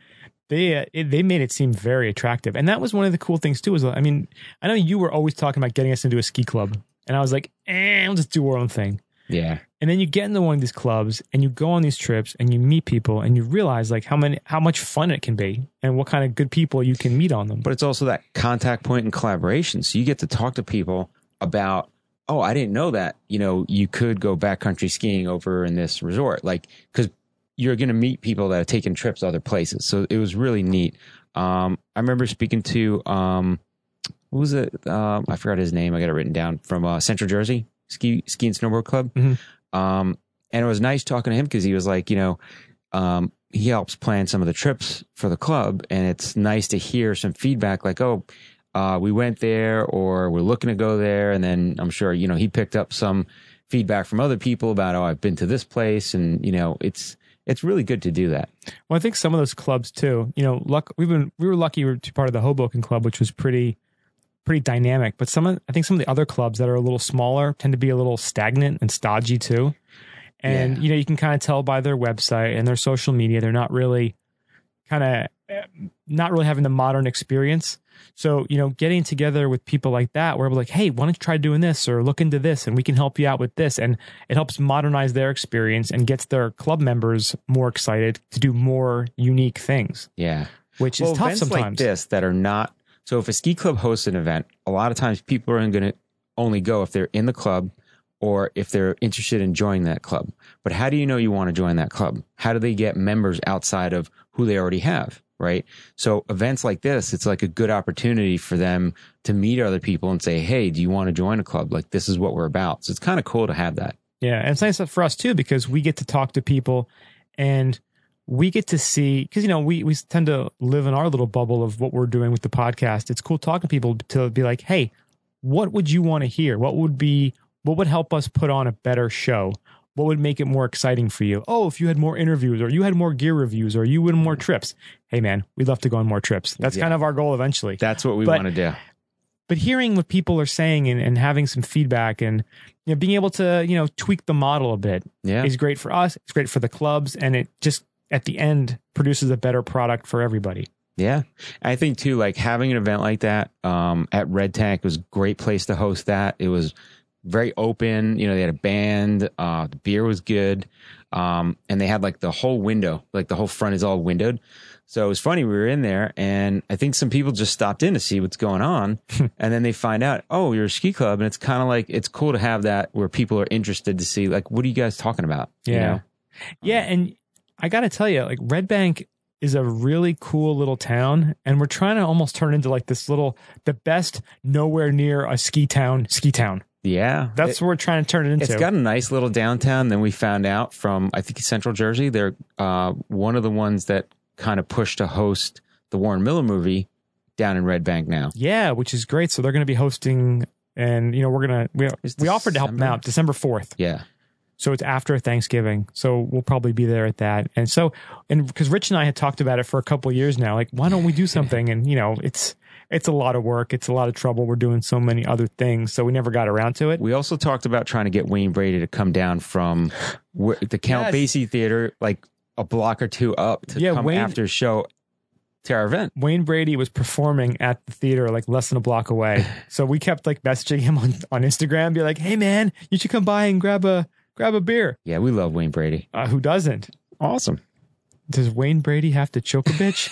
A: They uh, it, they made it seem very attractive, and that was one of the cool things too. Is I mean, I know you were always talking about getting us into a ski club, and I was like, eh, we'll just do our own thing.
B: Yeah.
A: And then you get into one of these clubs and you go on these trips and you meet people and you realize like how many how much fun it can be and what kind of good people you can meet on them.
B: But it's also that contact point and collaboration. So you get to talk to people about, oh, I didn't know that, you know, you could go backcountry skiing over in this resort. Like, because you're going to meet people that have taken trips to other places. So it was really neat. Um, I remember speaking to, um, what was it? Um, I forgot his name. I got it written down from uh, Central Jersey Ski Ski and Snowboard Club.
A: Mhm.
B: Um, and it was nice talking to him because he was like, you know, um, he helps plan some of the trips for the club, and it's nice to hear some feedback like, oh, uh, we went there, or we're looking to go there, and then I'm sure you know he picked up some feedback from other people about, oh, I've been to this place, and you know, it's it's really good to do that.
A: Well, I think some of those clubs too. You know, luck we've been we were lucky we were to part of the Hoboken Club, which was pretty pretty dynamic. But some of I think some of the other clubs that are a little smaller tend to be a little stagnant and stodgy too. And
B: Yeah.
A: you know, you can kind of tell by their website and their social media, they're not really kind of not really having the modern experience. So, you know, getting together with people like that, where we're like, hey, why don't you try doing this or look into this and we can help you out with this. And it helps modernize their experience and gets their club members more excited to do more unique things,
B: Yeah,
A: which is tough
B: events like
A: sometimes.
B: this that are not. So if a ski club hosts an event, a lot of times people are going to only go if they're in the club or if they're interested in joining that club. But how do you know you want to join that club? How do they get members outside of who they already have? Right. So events like this, it's like a good opportunity for them to meet other people and say, Hey, do you want to join a club? Like this is what we're about. So it's kind of cool to have that.
A: Yeah, and it's nice for us too because we get to talk to people, and we get to see because you know we we tend to live in our little bubble of what we're doing with the podcast. It's cool talking to people to be like, hey, what would you want to hear? What would be What would help us put on a better show? What would make it more exciting for you? Oh, if you had more interviews or you had more gear reviews or you win more trips. Hey, man, we'd love to go on more trips. That's
B: Yeah.
A: kind of our goal eventually
B: That's what we
A: But-
B: want to do.
A: but hearing what people are saying and, and having some feedback and you know, being able to you know tweak the model a bit
B: Yeah.
A: is great for us it's great for the clubs and it just at the end produces a better product for everybody
B: Yeah. I think too, like having an event like that um, at Red Tank was a great place to host that. It was very open. You know, they had a band, uh, the beer was good. Um, and they had like the whole window, like the whole front is all windowed. So it was funny. We were in there and I think some people just stopped in to see what's going on. and then they find out, oh, you're a ski club. And it's kind of like, it's cool to have that where people are interested to see, like, what are you guys talking about? You
A: Yeah.
B: know?
A: yeah and i gotta tell you like red bank is a really cool little town and we're trying to almost turn into like this little the best nowhere near a ski town ski town
B: Yeah.
A: that's what we're trying to turn it into
B: It's got a nice little downtown. Then we found out from I think Central Jersey, they're uh, one of the ones that kind of pushed to host the Warren Miller movie down in Red Bank now.
A: yeah which is great so they're gonna be hosting and you know we're gonna we,
B: It's
A: we offered to help them
B: December.
A: out december 4th
B: Yeah,
A: So it's after Thanksgiving. So we'll probably be there at that. And so, and because Rich and I had talked about it for a couple of years now, like, why don't we do something? And, you know, it's, it's a lot of work. It's a lot of trouble. We're doing so many other things. So we never got around to it.
B: we also talked about trying to get Wayne Brady to come down from where, the Count
A: Yes.
B: Basie Theater, like a block or two up, to
A: Yeah,
B: come
A: Wayne-
B: after a show to our event.
A: Wayne Brady was performing at the theater like less than a block away. So we kept like messaging him on, on Instagram, be like, hey man, you should come by and grab a, grab a beer.
B: Yeah, we love Wayne Brady.
A: Uh, who doesn't?
B: Awesome.
A: Does Wayne Brady have to choke a bitch?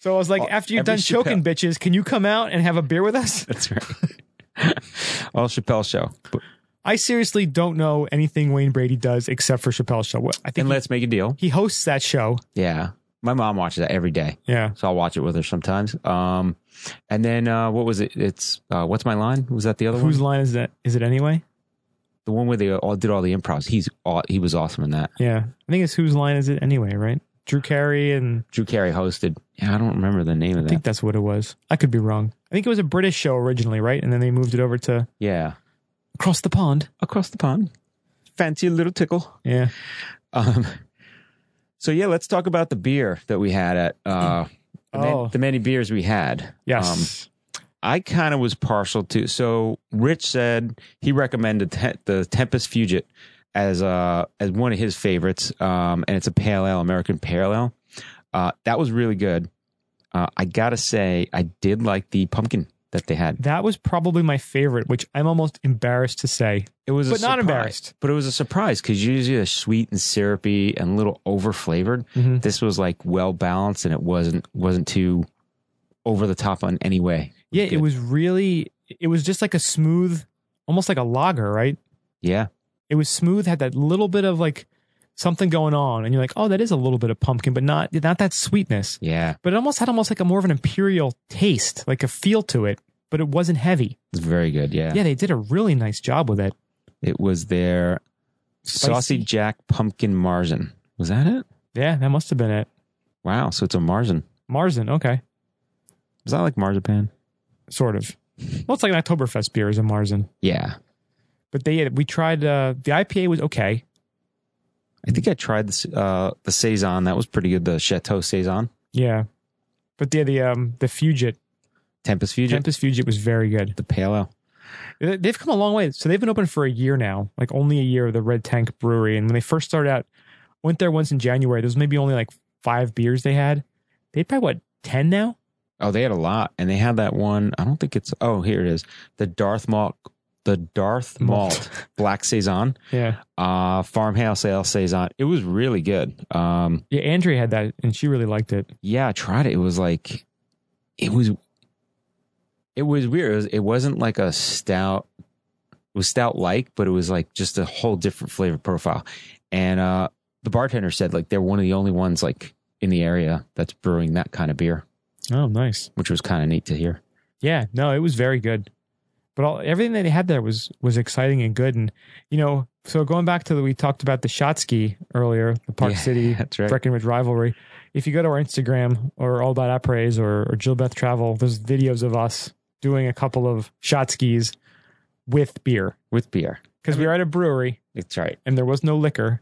A: So I was like,
B: Oh,
A: after you've
B: every
A: done choking bitches, can you come out and have a beer with us?
B: That's right. All Chappelle show.
A: I seriously don't know anything Wayne Brady does except for Chappelle's show. I think
B: And let's make a deal.
A: he, he hosts that show.
B: Yeah. My mom watches that every day.
A: Yeah.
B: so I'll watch it with her sometimes. Um, and then uh, what was it? It's uh, what's my line? Was that the other
A: Whose
B: one?
A: line is that? Is it anyway?
B: The one where they all did all the improvs. He's aw- he was awesome in that.
A: Yeah. I think it's whose line is it anyway, right? Drew Carey and
B: Drew Carey hosted. Yeah, I don't remember the name of
A: I
B: that.
A: think that's what it was. I could be wrong. I think it was a British show originally, right? And then they moved it over to
B: yeah,
A: Across the Pond.
B: across the pond. Fancy a little tickle.
A: Yeah.
B: Um, so yeah, let's talk about the beer that we had at uh, the, ma-
A: Oh.
B: the many beers we had. Um,
A: Yes.
B: I kind of was partial to. So Rich said he recommended te- the Tempest Fugit as uh as one of his favorites, um, and it's a pale ale, American pale ale. Uh, that was really good. Uh, I gotta say, I did like the pumpkin that they had.
A: that was probably my favorite, which I'm almost embarrassed to say.
B: It was, a
A: But not
B: surprise.
A: embarrassed.
B: But it was a surprise because usually they're sweet and syrupy and a little over flavored.
A: Mhm.
B: This was like well balanced, and it wasn't wasn't too over the top on any way.
A: Yeah,
B: good.
A: it was really it was just like a smooth, almost like a lager, right?
B: Yeah,
A: it was smooth had that little bit of like something going on and you're like oh that is a little bit of pumpkin but not not that sweetness
B: yeah,
A: but it almost had almost like a more of an imperial taste like a feel to it but it wasn't heavy
B: it's very good.
A: yeah they did a really nice job with it
B: It was their
A: Spicy.
B: Saucy Jack Pumpkin Marzen. Was that it?
A: yeah that must have been it
B: Wow. So it's a Marzen.
A: marzen okay
B: Is that like marzipan?
A: sort of well it's like an oktoberfest beer is a marzen
B: Yeah.
A: but they we tried uh the ipa was okay
B: I think I tried this, uh, the Saison. That was pretty good. The Chateau Saison.
A: yeah but the the um the fugit
B: Tempest Fusion.
A: tempest fugit was very good
B: the Pale Ale.
A: They- They've come a long way. So they've been open for a year now, like only a year. The Red Tank Brewery, and when they first started out, went there once in January. There was maybe only like five beers they had. They probably what ten now?
B: Oh, they had a lot. And they had that one. I don't think it's, oh, here it is. The Darth Malt, the Darth
A: Malt.
B: Malt Black Saison,
A: Yeah,
B: uh, Farmhouse Ale Saison. It was really good. Um,
A: yeah. Andrea had that, and she really liked it.
B: yeah, I tried it. It was like, it was, it was weird. It, was, it wasn't like a stout. It was stout like, but it was like just a whole different flavor profile. And uh the bartender said like they're one of the only ones like in the area that's brewing that kind of beer,
A: Oh, nice.
B: which was kind of neat to hear.
A: Yeah, no, it was very good. But all everything that they had there was was exciting and good. And you know, so going back to the we talked about the Shotsky earlier, the Park
B: Yeah,
A: City
B: that's right.
A: Breckenridge rivalry. If you go to our Instagram or All About Apres or, or Jill Beth Travel, there's videos of us doing a couple of shot skis with beer.
B: With beer,
A: because we were at a brewery
B: That's right.
A: and there was no liquor,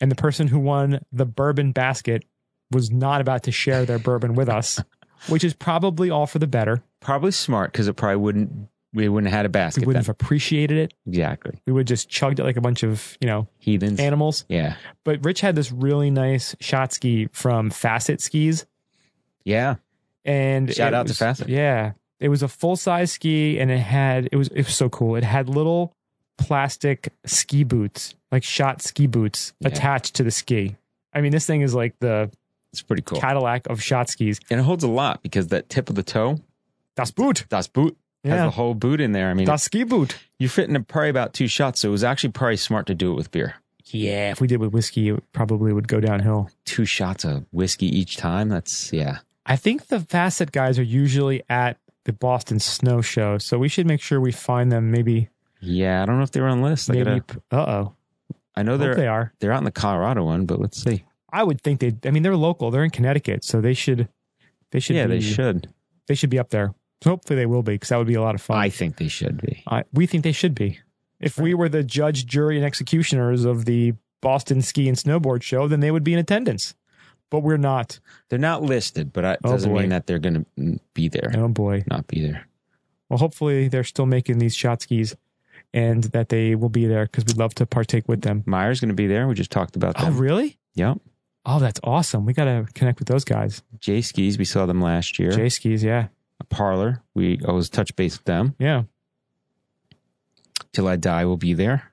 A: and the person who won the bourbon basket was not about to share their bourbon with us, which is probably all for the better.
B: Probably smart because it probably wouldn't. We wouldn't have had a
A: We
B: basket.
A: wouldn't
B: then.
A: have appreciated it.
B: Exactly.
A: We would just chugged it like a bunch of you know
B: Heathens.
A: animals.
B: yeah.
A: But Rich had this really nice shot ski from Facet Skis,
B: Yeah.
A: and
B: Shout
A: it
B: out to
A: was-
B: Facet.
A: Yeah, it was a full size ski, and it had it was it was so cool. It had little plastic ski boots, like shot ski boots,
B: Yeah.
A: attached to the ski. I mean, this thing is like the
B: It's pretty cool.
A: Cadillac of shot skis.
B: And it holds a lot because that tip of the toe,
A: Das Boot,
B: das Boot, has
A: yeah,
B: the whole boot in there. I mean,
A: das Ski Boot.
B: you're fitting in probably about two shots. So it was actually probably smart to do it with beer.
A: Yeah, if we did with whiskey, it probably would go downhill.
B: Two shots of whiskey each time. That's, yeah.
A: I think the Facet guys are usually at the Boston Snow Show, so we should make sure we find them. Maybe,
B: Yeah. I don't know if they were on the list. I,
A: maybe.
B: gotta,
A: Uh oh,
B: I know they're,
A: they are.
B: they're out in the Colorado one, but let's see.
A: I would think they. I mean, they're local. They're in Connecticut, so they should. They should.
B: yeah,
A: be,
B: they should.
A: They should be up there. So hopefully they will be because that would be a lot of fun.
B: I think they should be.
A: I, we think they should be. If we were the judge, jury, and executioners of the Boston Ski and Snowboard Show, then they would be in attendance. But we're not.
B: They're not listed, but I, it
A: Oh,
B: doesn't
A: boy.
B: mean that they're going to be there,
A: Oh boy.
B: not be there.
A: Well, hopefully they're still making these shot skis, and that they will be there because we'd love to partake with them.
B: Meyer's going to be there. We just talked about
A: Oh
B: that.
A: really?
B: Yep.
A: Oh, that's awesome. We got to connect with those guys.
B: J Skis, we saw them last year.
A: J skis. Yeah.
B: Parlor, we always touch base with them.
A: Yeah.
B: Till I die, we'll be there.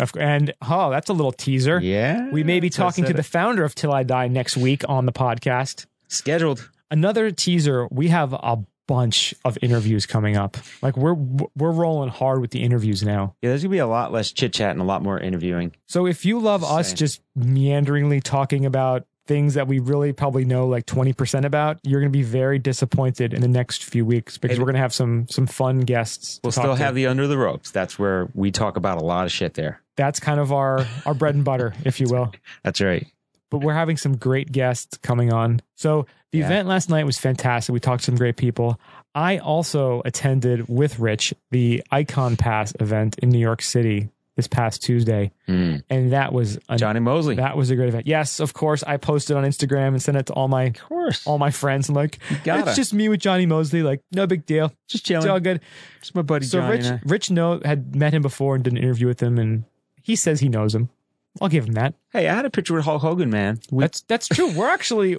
A: Of, cou- and oh, that's a little teaser.
B: Yeah.
A: We may be
B: that's what I
A: talking to
B: said.
A: the founder of Till I Die next week on the podcast.
B: scheduled.
A: Another teaser, we have a bunch of interviews coming up. Like we're we're rolling hard with the interviews now.
B: Yeah, there's gonna be a lot less chit chat and a lot more interviewing.
A: So if you love us
B: Same.
A: just meanderingly talking about things that we really probably know like 20% about, you're going to be very disappointed in the next few weeks because
B: And-
A: we're going to have some some fun guests. to
B: We'll
A: talk
B: still
A: to.
B: have the under the ropes. That's where we talk about a lot of shit there.
A: that's kind of our our bread and butter, if you will.
B: That's right.
A: but we're having some great guests coming on. So the
B: Yeah.
A: event last night was fantastic. We talked to some great people. I also attended with Rich the Icon Pass event in New York City this past Tuesday,
B: Mm.
A: and that was an,
B: Johnny Mosley.
A: that was a great event. Yes, of course, I posted on Instagram and sent it to all my
B: of course.
A: all my friends. I'm like,
B: You gotta.
A: it's just me with Johnny Mosley. Like, no big deal. It's
B: just chilling.
A: all good.
B: Just my buddy
A: So
B: Johnny.
A: Rich,
B: and I.
A: Rich know had met him before and did an interview with him, and he says he knows him. I'll give him that.
B: Hey, I had a picture with Hulk Hogan, man. We
A: That's that's true. We're actually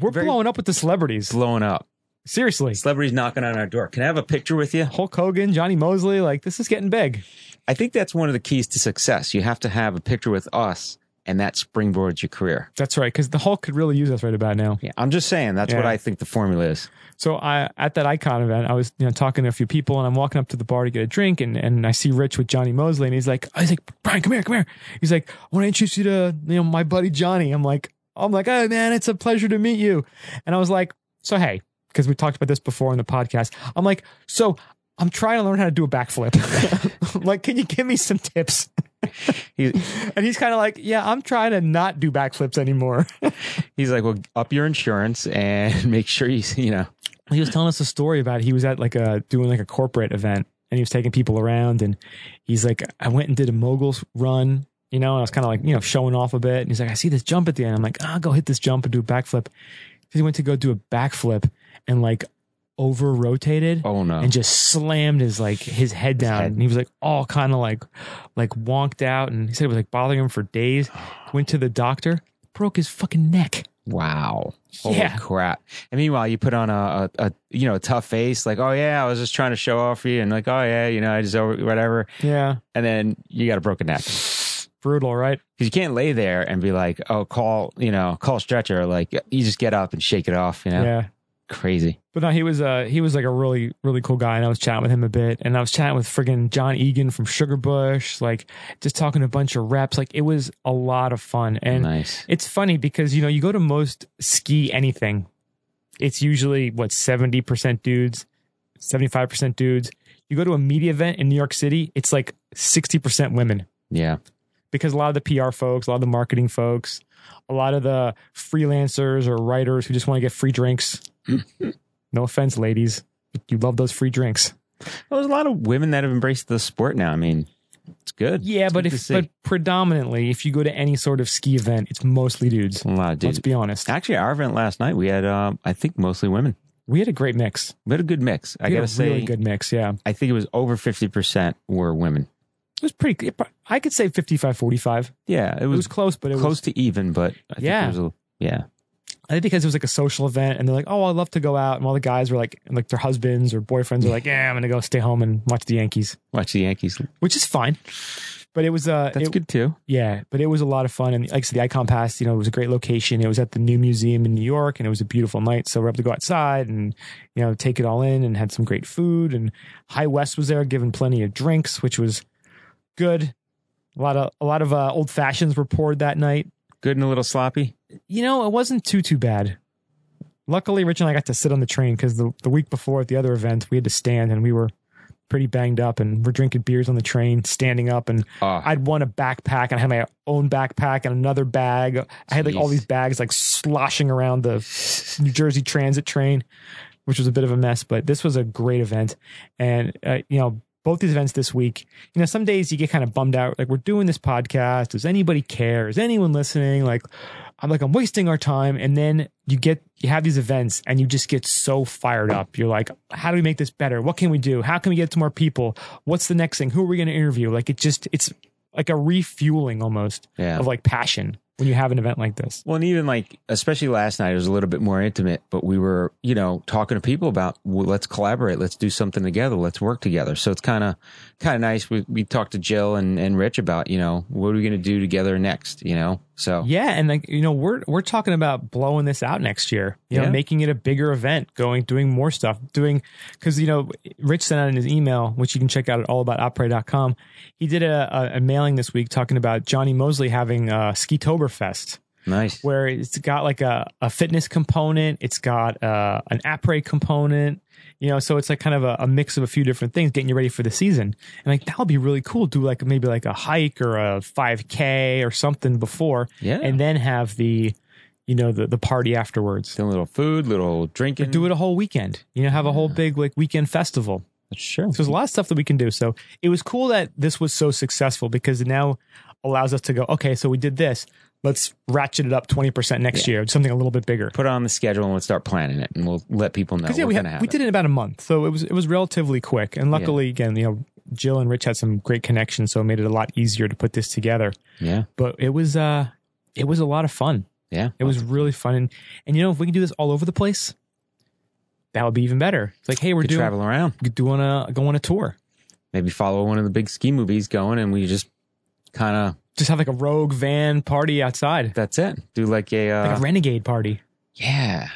A: we're
B: Very-
A: blowing up with the celebrities.
B: blowing up.
A: Seriously.
B: Celebrities knocking on our door. Can I have a picture with you?
A: Hulk Hogan, Johnny Mosley, like this is getting big.
B: I think that's one of the keys to success. You have to have a picture with us, and that springboards your career.
A: That's right, because the Hulk could really use us right about now.
B: Yeah, I'm just saying that's what
A: Yeah.
B: I think the formula is.
A: So I at that icon event, I was you know talking to a few people and I'm walking up to the bar to get a drink and, and I see Rich with Johnny Mosley and he's like he's like, Brian, come here, come here. He's like, I want to introduce you to you know my buddy Johnny. I'm like, I'm like, oh man, it's a pleasure to meet you. And I was like, so hey, because we talked about this before in the podcast. I'm like, so I'm trying to learn how to do a backflip. like, can you give me some tips?
B: He,
A: And he's kind of like, yeah, I'm trying to not do backflips anymore.
B: he's like, well, up your insurance and make sure you, you know,
A: he was telling us a story about he was at like a doing like a corporate event and he was taking people around and he's like i went and did a moguls run you know and i was kind of like you know showing off a bit and he's like i see this jump at the end i'm like i'll go hit this jump and do a backflip he went to go do a backflip and like over rotated
B: oh no,
A: and just slammed his like his head down
B: head.
A: and he was like all kind of like like wonked out and he said it was like bothering him for days went to the doctor broke his fucking neck
B: Wow. Holy
A: Yeah.
B: crap. And meanwhile, you put on a, a, a you know, a tough face, like, oh yeah, I was just trying to show off for you and like, oh yeah, you know, I just over whatever.
A: yeah
B: And then you got a broken neck. Because
A: brutal right
B: you can't lay there and be like, oh, call, you know, call stretcher. Like you just get up and shake it off, you know?
A: yeah.
B: Crazy.
A: But no, he was uh he was like a really really cool guy, and I was chatting with him a bit, and I was chatting with friggin' John Egan from Sugarbush, like just talking to a bunch of reps. Like it was a lot of fun, and
B: nice.
A: it's funny because you know you go to most ski anything, it's usually what seventy percent dudes, seventy five percent dudes. You go to a media event in New York City, it's like sixty percent women
B: Yeah.
A: because a lot of the PR folks, a lot of the marketing folks, a lot of the freelancers or writers who just want to get free drinks. no offense, ladies, but you love those free drinks.
B: Well, there's a lot of women that have embraced the sport now. I mean, It's good.
A: Yeah,
B: It's
A: but
B: good to
A: if
B: see.
A: but predominantly, if you go to any sort of ski event, it's mostly dudes.
B: a lot of
A: Let's
B: dudes.
A: be honest.
B: Actually, our event last night, we had um, I think mostly women.
A: We had a great mix.
B: We had a good mix. I
A: We had
B: gotta
A: a
B: say,
A: really good mix. Yeah, it
B: I think it was over fifty percent were women.
A: was pretty. It, pro- I could say 55-45.
B: Yeah, it
A: It was,
B: was,
A: close, but it
B: Mm. close
A: was.
B: to even, but I think
A: Yeah.
B: it was a, yeah,
A: I think because it was like a social event, and they're like, "Oh, I'd love to go out," and all the guys were like, like their husbands or boyfriends were like, "Yeah, I'm gonna go stay home and watch the Yankees,"
B: watch the Yankees.
A: which is fine. But it was uh,
B: That's
A: it-
B: good too.
A: Yeah, but it was a lot of fun. And like I said, the Icon Pass, you know, it was a great location. It was at the new museum in New York and it was a beautiful night. So we're able to go outside and, you know, take it all in and had some great food. And High West was there giving plenty of drinks, which was good. A lot of, a lot of uh, old fashions were poured that night.
B: Good and a little sloppy.
A: You know, it wasn't too, too bad. Luckily, Rich and I got to sit on the train because the, the week before at the other event, we had to stand and we were pretty banged up and we're drinking beers on the train, standing up and
B: Uh,
A: I'd won a backpack and I had my own backpack and another bag. I had like all
B: Jeez.
A: these bags like sloshing around the New Jersey transit train, which was a bit of a mess, but this was a great event. And, uh, you know, both these events this week, you know, some days you get kind of bummed out. Like, we're doing this podcast. Does anybody care? Is anyone listening? Like, I'm like, I'm wasting our time. And then you get, you have these events and you just get so fired up. You're like, how do we make this better? What can we do? How can we get to more people? What's the next thing? Who are we going to interview? Like, it just, it's like a refueling almost
B: yeah.
A: of like passion when you have an event like this.
B: Well, and even like, especially last night, it was a little bit more intimate, but we were, you know, talking to people about, well, let's collaborate, let's do something together, let's work together. So it's kind of, kind of nice. We, we talked to Jill and, and Rich about, you know, what are we going to do together next, you know? So
A: Yeah, and like you know, we're we're talking about blowing this out next year. You
B: Yeah.
A: know, making it a bigger event, going doing more stuff, doing because you know, Rich sent out in his email, which you can check out at allaboutopera.com. He did a, a, a mailing this week talking about Johnny Mosley having uh, Skitoberfest,
B: nice.
A: where it's got like a, a fitness component, it's got uh, an après component, you know, so it's like kind of a, a mix of a few different things, getting you ready for the season. And like that would be really cool. Do like maybe like a hike or a 5K or something before
B: yeah.
A: and
B: And
A: then have the you know the the party afterwards.
B: a little food, little drinking.
A: Do it a whole weekend. You know, have a whole
B: Yeah.
A: big like weekend festival.
B: Sure.
A: So there's a lot of stuff that we can do. So it was cool that this was so successful because it now allows us to go, okay, so we did this. Let's ratchet it up 20% next year, something a little bit bigger.
B: Put it on the schedule and let's start planning it, and we'll let people know.
A: Because yeah,
B: we're
A: we
B: gonna
A: had,
B: have
A: we
B: it.
A: did it in about a month, so it was it was relatively quick. And luckily, again, you know, Jill and Rich had some great connections, so it made it a lot easier to put this together.
B: Yeah.
A: But it was uh, it was a lot of fun.
B: Yeah.
A: It was really fun. And, and you know, if we can do this all over the place, that would be even better. It's like, hey, we're
B: Could
A: doing
B: travel around.
A: doing a go on a tour.
B: Maybe follow one of the big ski movies going, and we just kind of,
A: Just have like a rogue van party outside.
B: that's it. Do like a, uh,
A: like a renegade party.
B: yeah,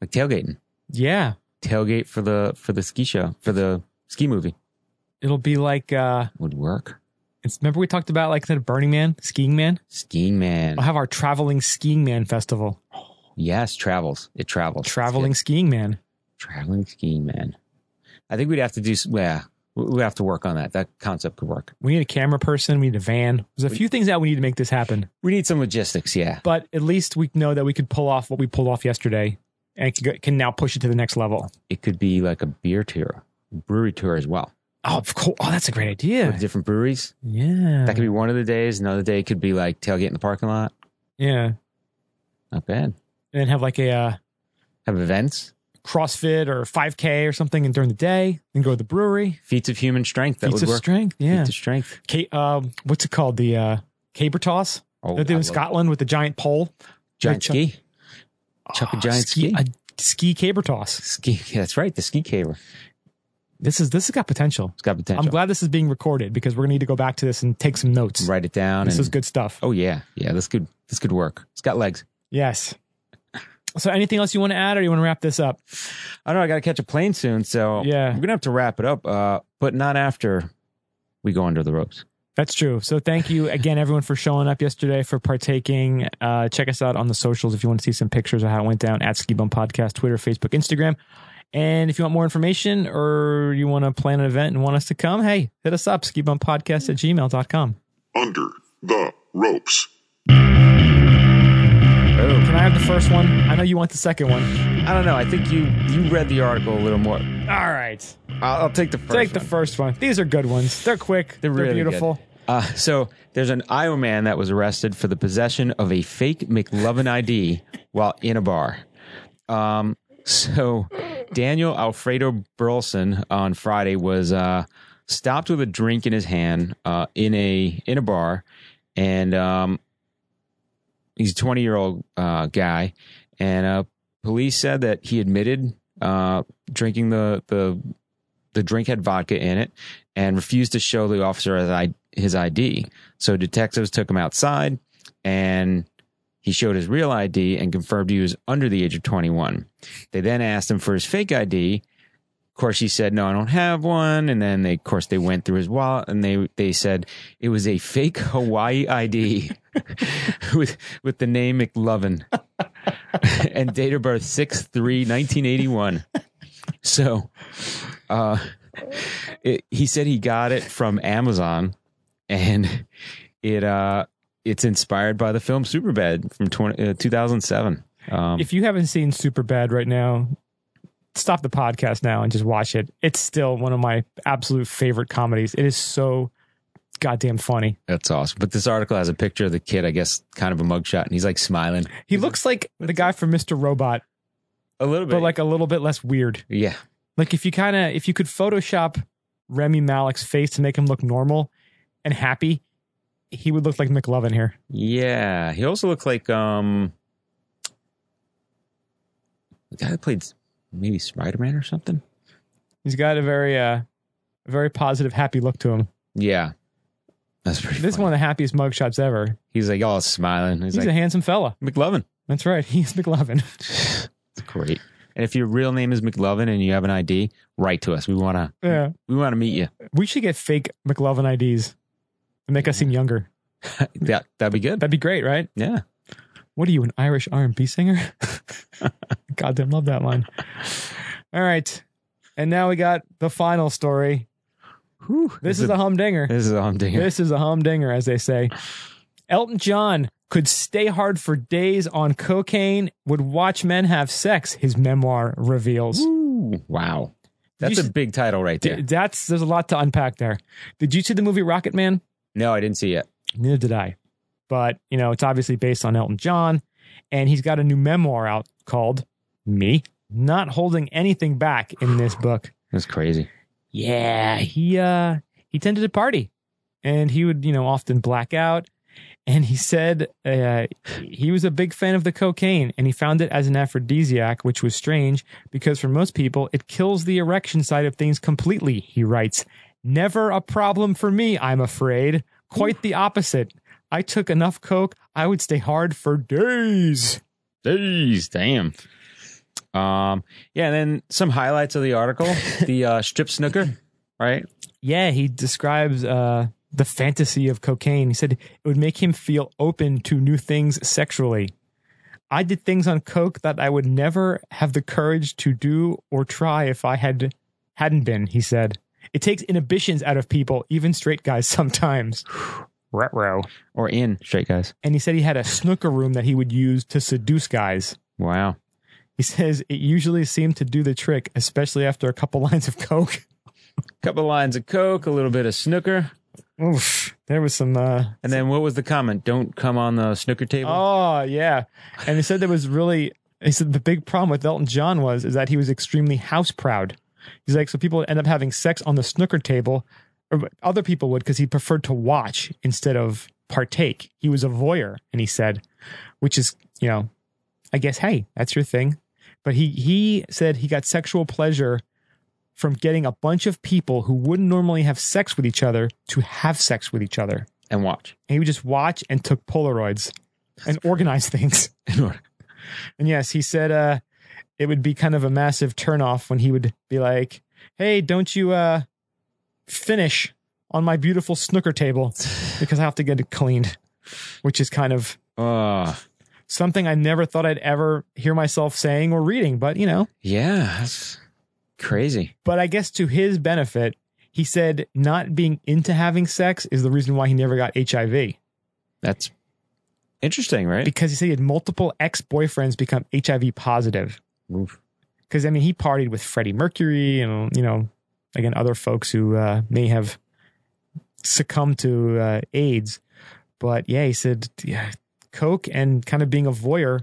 B: like tailgating.
A: Yeah.
B: tailgate for the for the ski show for the ski movie
A: It'll be like uh
B: would work.
A: it's, remember we talked about like that Burning Man, skiing man?
B: Skiing man,
A: We'll have our traveling skiing man festival.
B: Oh, yes, travels. It travels.
A: Traveling skiing man.
B: It's good. traveling skiing man. I think we'd have to do. s- Yeah, we we have to work on that. That concept could work.
A: We need a camera person, we need a van. There's a few things that we need to make this happen.
B: We need some logistics. Yeah,
A: But at least we know that we could pull off what we pulled off yesterday and it can, go, can now push it to the next level.
B: it could be like a beer tour, brewery tour as well.
A: Oh, of course. Oh, that's a great
B: with
A: idea.
B: different breweries.
A: Yeah.
B: That could be one of the days. Another day could be like tailgate in the parking lot.
A: Yeah. And
B: Not bad.
A: then have like a uh,
B: Have events.
A: CrossFit or 5K or something and during the day, then go to the brewery.
B: Feats of human strength. That
A: Feats
B: would
A: of
B: work.
A: strength. Yeah.
B: Feats of strength.
A: Ca- um, what's it called? The uh, caber toss
B: Oh,
A: that they do
B: I
A: in
B: love
A: Scotland with the giant pole.
B: giant
A: Chuck-
B: ski. Chuck a giant ski.
A: A ski caber toss.
B: Ski. That's right. The ski caver.
A: This is this has got potential.
B: It's got potential.
A: I'm glad this is being recorded because we're gonna need to go back to this and take some notes.
B: Write it down.
A: This
B: and,
A: is good stuff.
B: Oh yeah, yeah. This could this could work. It's got legs.
A: Yes. So anything else you want to add or you want to wrap this up?
B: I don't know. I got to catch a plane soon, so
A: Yeah.
B: we're gonna have to wrap it up. Uh, but not after we go under the ropes.
A: That's true. So thank you again, everyone, for showing up yesterday, for partaking. Uh, check us out on the socials if you want to see some pictures of how it went down at Ski Bum Podcast, Twitter, Facebook, Instagram. And if you want more information or you want to plan an event and want us to come, hey, hit us up, skibumpodcast at gmail.com.
D: Under the ropes.
B: Oh,
A: Can I have the first one? I know you want the second one.
B: I don't know. I think you you read the article a little more.
A: All right.
B: I'll, I'll take the first.
A: Take the
B: one.
A: first one. These are good ones. They're quick. They're,
B: really good.
A: beautiful.
B: Uh, so there's an Iowa man that was arrested for the possession of a fake McLovin ID while in a bar. Um, so Daniel Alfredo Burleson on Friday was uh, stopped with a drink in his hand uh, in a in a bar, and um, he's a 20 year old uh, guy, and uh, police said that he admitted uh, drinking the the the drink had vodka in it and refused to show the officer his I- his ID. So detectives took him outside and he showed his real ID and confirmed he was under the age of 21. They then asked him for his fake ID. Of course, he said, "No, I don't have one." And then, they, of course, they went through his wallet and they they said it was a fake Hawaii ID with with the name McLovin and date of birth 6 3 1981. So, uh, it, he said he got it from Amazon, and it uh, it's inspired by the film Superbad from 20, uh, 2007. Um,
A: If you haven't seen Super Bad right now, stop the podcast now and just watch it. It's still one of my absolute favorite comedies. It is so goddamn funny.
B: that's awesome. But this article has a picture of the kid, I guess, kind of a mugshot, and he's like smiling
A: He looks like the guy from Mr. Robot,
B: a little bit,
A: but like a little bit less weird.
B: yeah,
A: Like if you kind of if you could Photoshop Remy Malik's face to make him look normal and happy, he would look like McLovin here.
B: yeah. He also looked like um, the guy that played maybe Spider Man or something.
A: He's got a very uh very positive, happy look to him.
B: Yeah, that's pretty.
A: This is
B: funny.
A: one of the happiest mugshots ever.
B: he's like all smiling. He's,
A: He's,
B: like
A: a handsome fella.
B: McLovin.
A: That's right. He's McLovin.
B: It's great. And if your real name is McLovin and you have an ID, write to us. We wanna
A: yeah.
B: we wanna meet you.
A: We should get fake McLovin IDs and make us seem younger.
B: That that'd be good.
A: That'd be great, right?
B: Yeah.
A: What are you, an Irish R&B singer? Goddamn, love that line. All right, and now we got the final story. This is a humdinger.
B: this is a humdinger.
A: This is a humdinger, as they say. Elton John could stay hard for days on cocaine. Would watch men have sex. His memoir reveals.
B: Ooh, wow. That's
A: You
B: a
A: should-
B: big title right
A: D-
B: there.
A: That's there's a lot to unpack there. Did you see the movie Rocket Man?
B: No, I didn't see it.
A: Neither did I. But, you know, it's obviously based on Elton John. And he's got a new memoir out called Me Not Holding Anything Back in this book.
B: That's crazy.
A: Yeah, he uh he tended to party. And he would, you know, often black out. And he said uh, he was a big fan of the cocaine and he found it as an aphrodisiac, which was strange because for most people, it kills the erection side of things completely, he writes. Never a problem for me, I'm afraid. Quite the opposite. I took enough coke, I would stay hard for days.
B: Jeez, damn. Um yeah, and then some highlights of the article. the uh strip snooker, right?
A: Yeah, he describes uh, the fantasy of cocaine. He said it would make him feel open to new things sexually. I did things on coke that I would never have the courage to do or try if I had hadn't been. He said it takes inhibitions out of people, even straight guys sometimes. Retro.
B: Or in straight guys.
A: And he said he had a snooker room that he would use to seduce guys.
B: Wow.
A: He says it usually seemed to do the trick, especially after a couple lines of coke.
B: Couple lines of coke, a little bit of snooker.
A: Oof, there was some uh,
B: And then what was the comment? Don't come on the snooker table.
A: Oh yeah, and he said there was really. He said the big problem with Elton John was is that he was extremely house proud. He's like, so people would end up having sex on the snooker table, or other people would because he preferred to watch instead of partake. He was a voyeur, and he said, which is you know, I guess hey, that's your thing. But he he said he got sexual pleasure from getting a bunch of people who wouldn't normally have sex with each other to have sex with each other
B: And watch.
A: and he would just watch and took Polaroids and organize things. And yes, he said uh, it would be kind of a massive turnoff when he would be like, "Hey, don't you uh, finish on my beautiful snooker table because I have to get it cleaned," which is kind of
B: Oh,
A: something I never thought I'd ever hear myself saying or reading. But you know,
B: yeah. That's crazy.
A: but I guess to his benefit, he said not being into having sex is the reason why he never got HIV.
B: That's interesting, right?
A: because he said he had multiple ex boyfriends become HIV positive.
B: Oof.
A: Because I mean, he partied with Freddie Mercury and you know, again, other folks who uh, may have succumb to uh, AIDS. But yeah, he said yeah, coke and kind of being a voyeur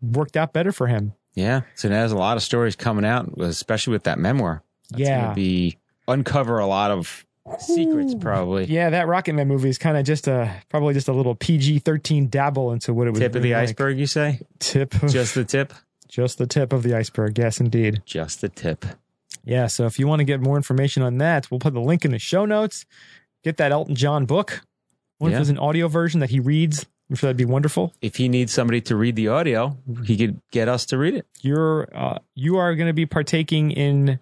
A: worked out better for him.
B: Yeah. So now there's a lot of stories coming out, especially with that memoir. That's
A: yeah,
B: Gonna be uncover a lot of secrets,
A: Ooh.
B: probably.
A: yeah, that Rocket Man movie is kind of just a probably just a little PG thirteen dabble into what it was.
B: Tip of the iceberg, you say?
A: Tip.
B: Just the tip.
A: just the tip of the iceberg. Yes, indeed.
B: Just the tip.
A: Yeah. So if you want to get more information on that, we'll put the link in the show notes. Get that Elton John book. What if
B: Yeah.
A: there's an audio version that he reads? I'm sure that'd be wonderful.
B: If he needs somebody to read the audio, he could get us to read it.
A: You're uh, you are going to be partaking in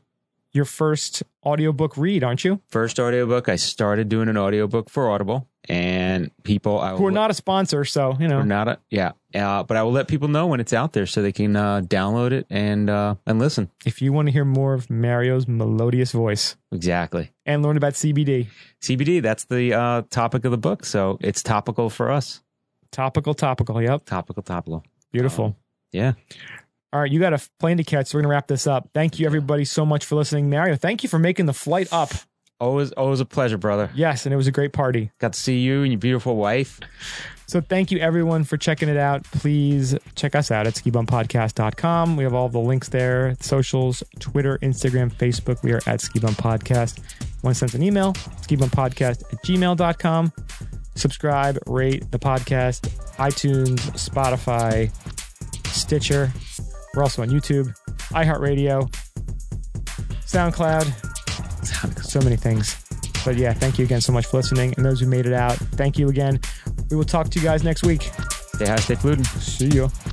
A: your first audiobook read, aren't you?
B: First audiobook, I started doing an audiobook for Audible, and people I
A: Who are
B: will-
A: not a sponsor, so you
B: Oh. We're
A: know.
B: not a, yeah, uh, but I will let people know when it's out there so they can uh, download it and uh, and listen.
A: If you want to hear more of Mario's melodious voice
B: Exactly.
A: and learn about CBD,
B: CBD. That's the uh, topic of the book, so it's topical for us.
A: topical, topical. Yep,
B: Topical, topical.
A: beautiful.
B: Oh. Yeah.
A: All right, you got a f- plane to catch. So we're gonna wrap this up. Thank you, everybody, so much for listening, Mario. Thank you for making the flight up.
B: Always, always a pleasure, brother.
A: Yes, and it was a great party.
B: Got to see you and your beautiful wife.
A: So thank you everyone for checking it out. Please check us out at skibumpodcast.com. We have all the links there, socials, Twitter, Instagram, Facebook. We are at Ski Bump Podcast. Want to send us an email, skibumpodcast at gmail.com. Subscribe, rate the podcast, iTunes, Spotify, Stitcher. We're also on YouTube, iHeartRadio, SoundCloud, so many things. But yeah, thank you again so much for listening. And those who made it out, thank you again. We will talk to you guys next week.
B: Stay high, stay pollutant.
A: See you.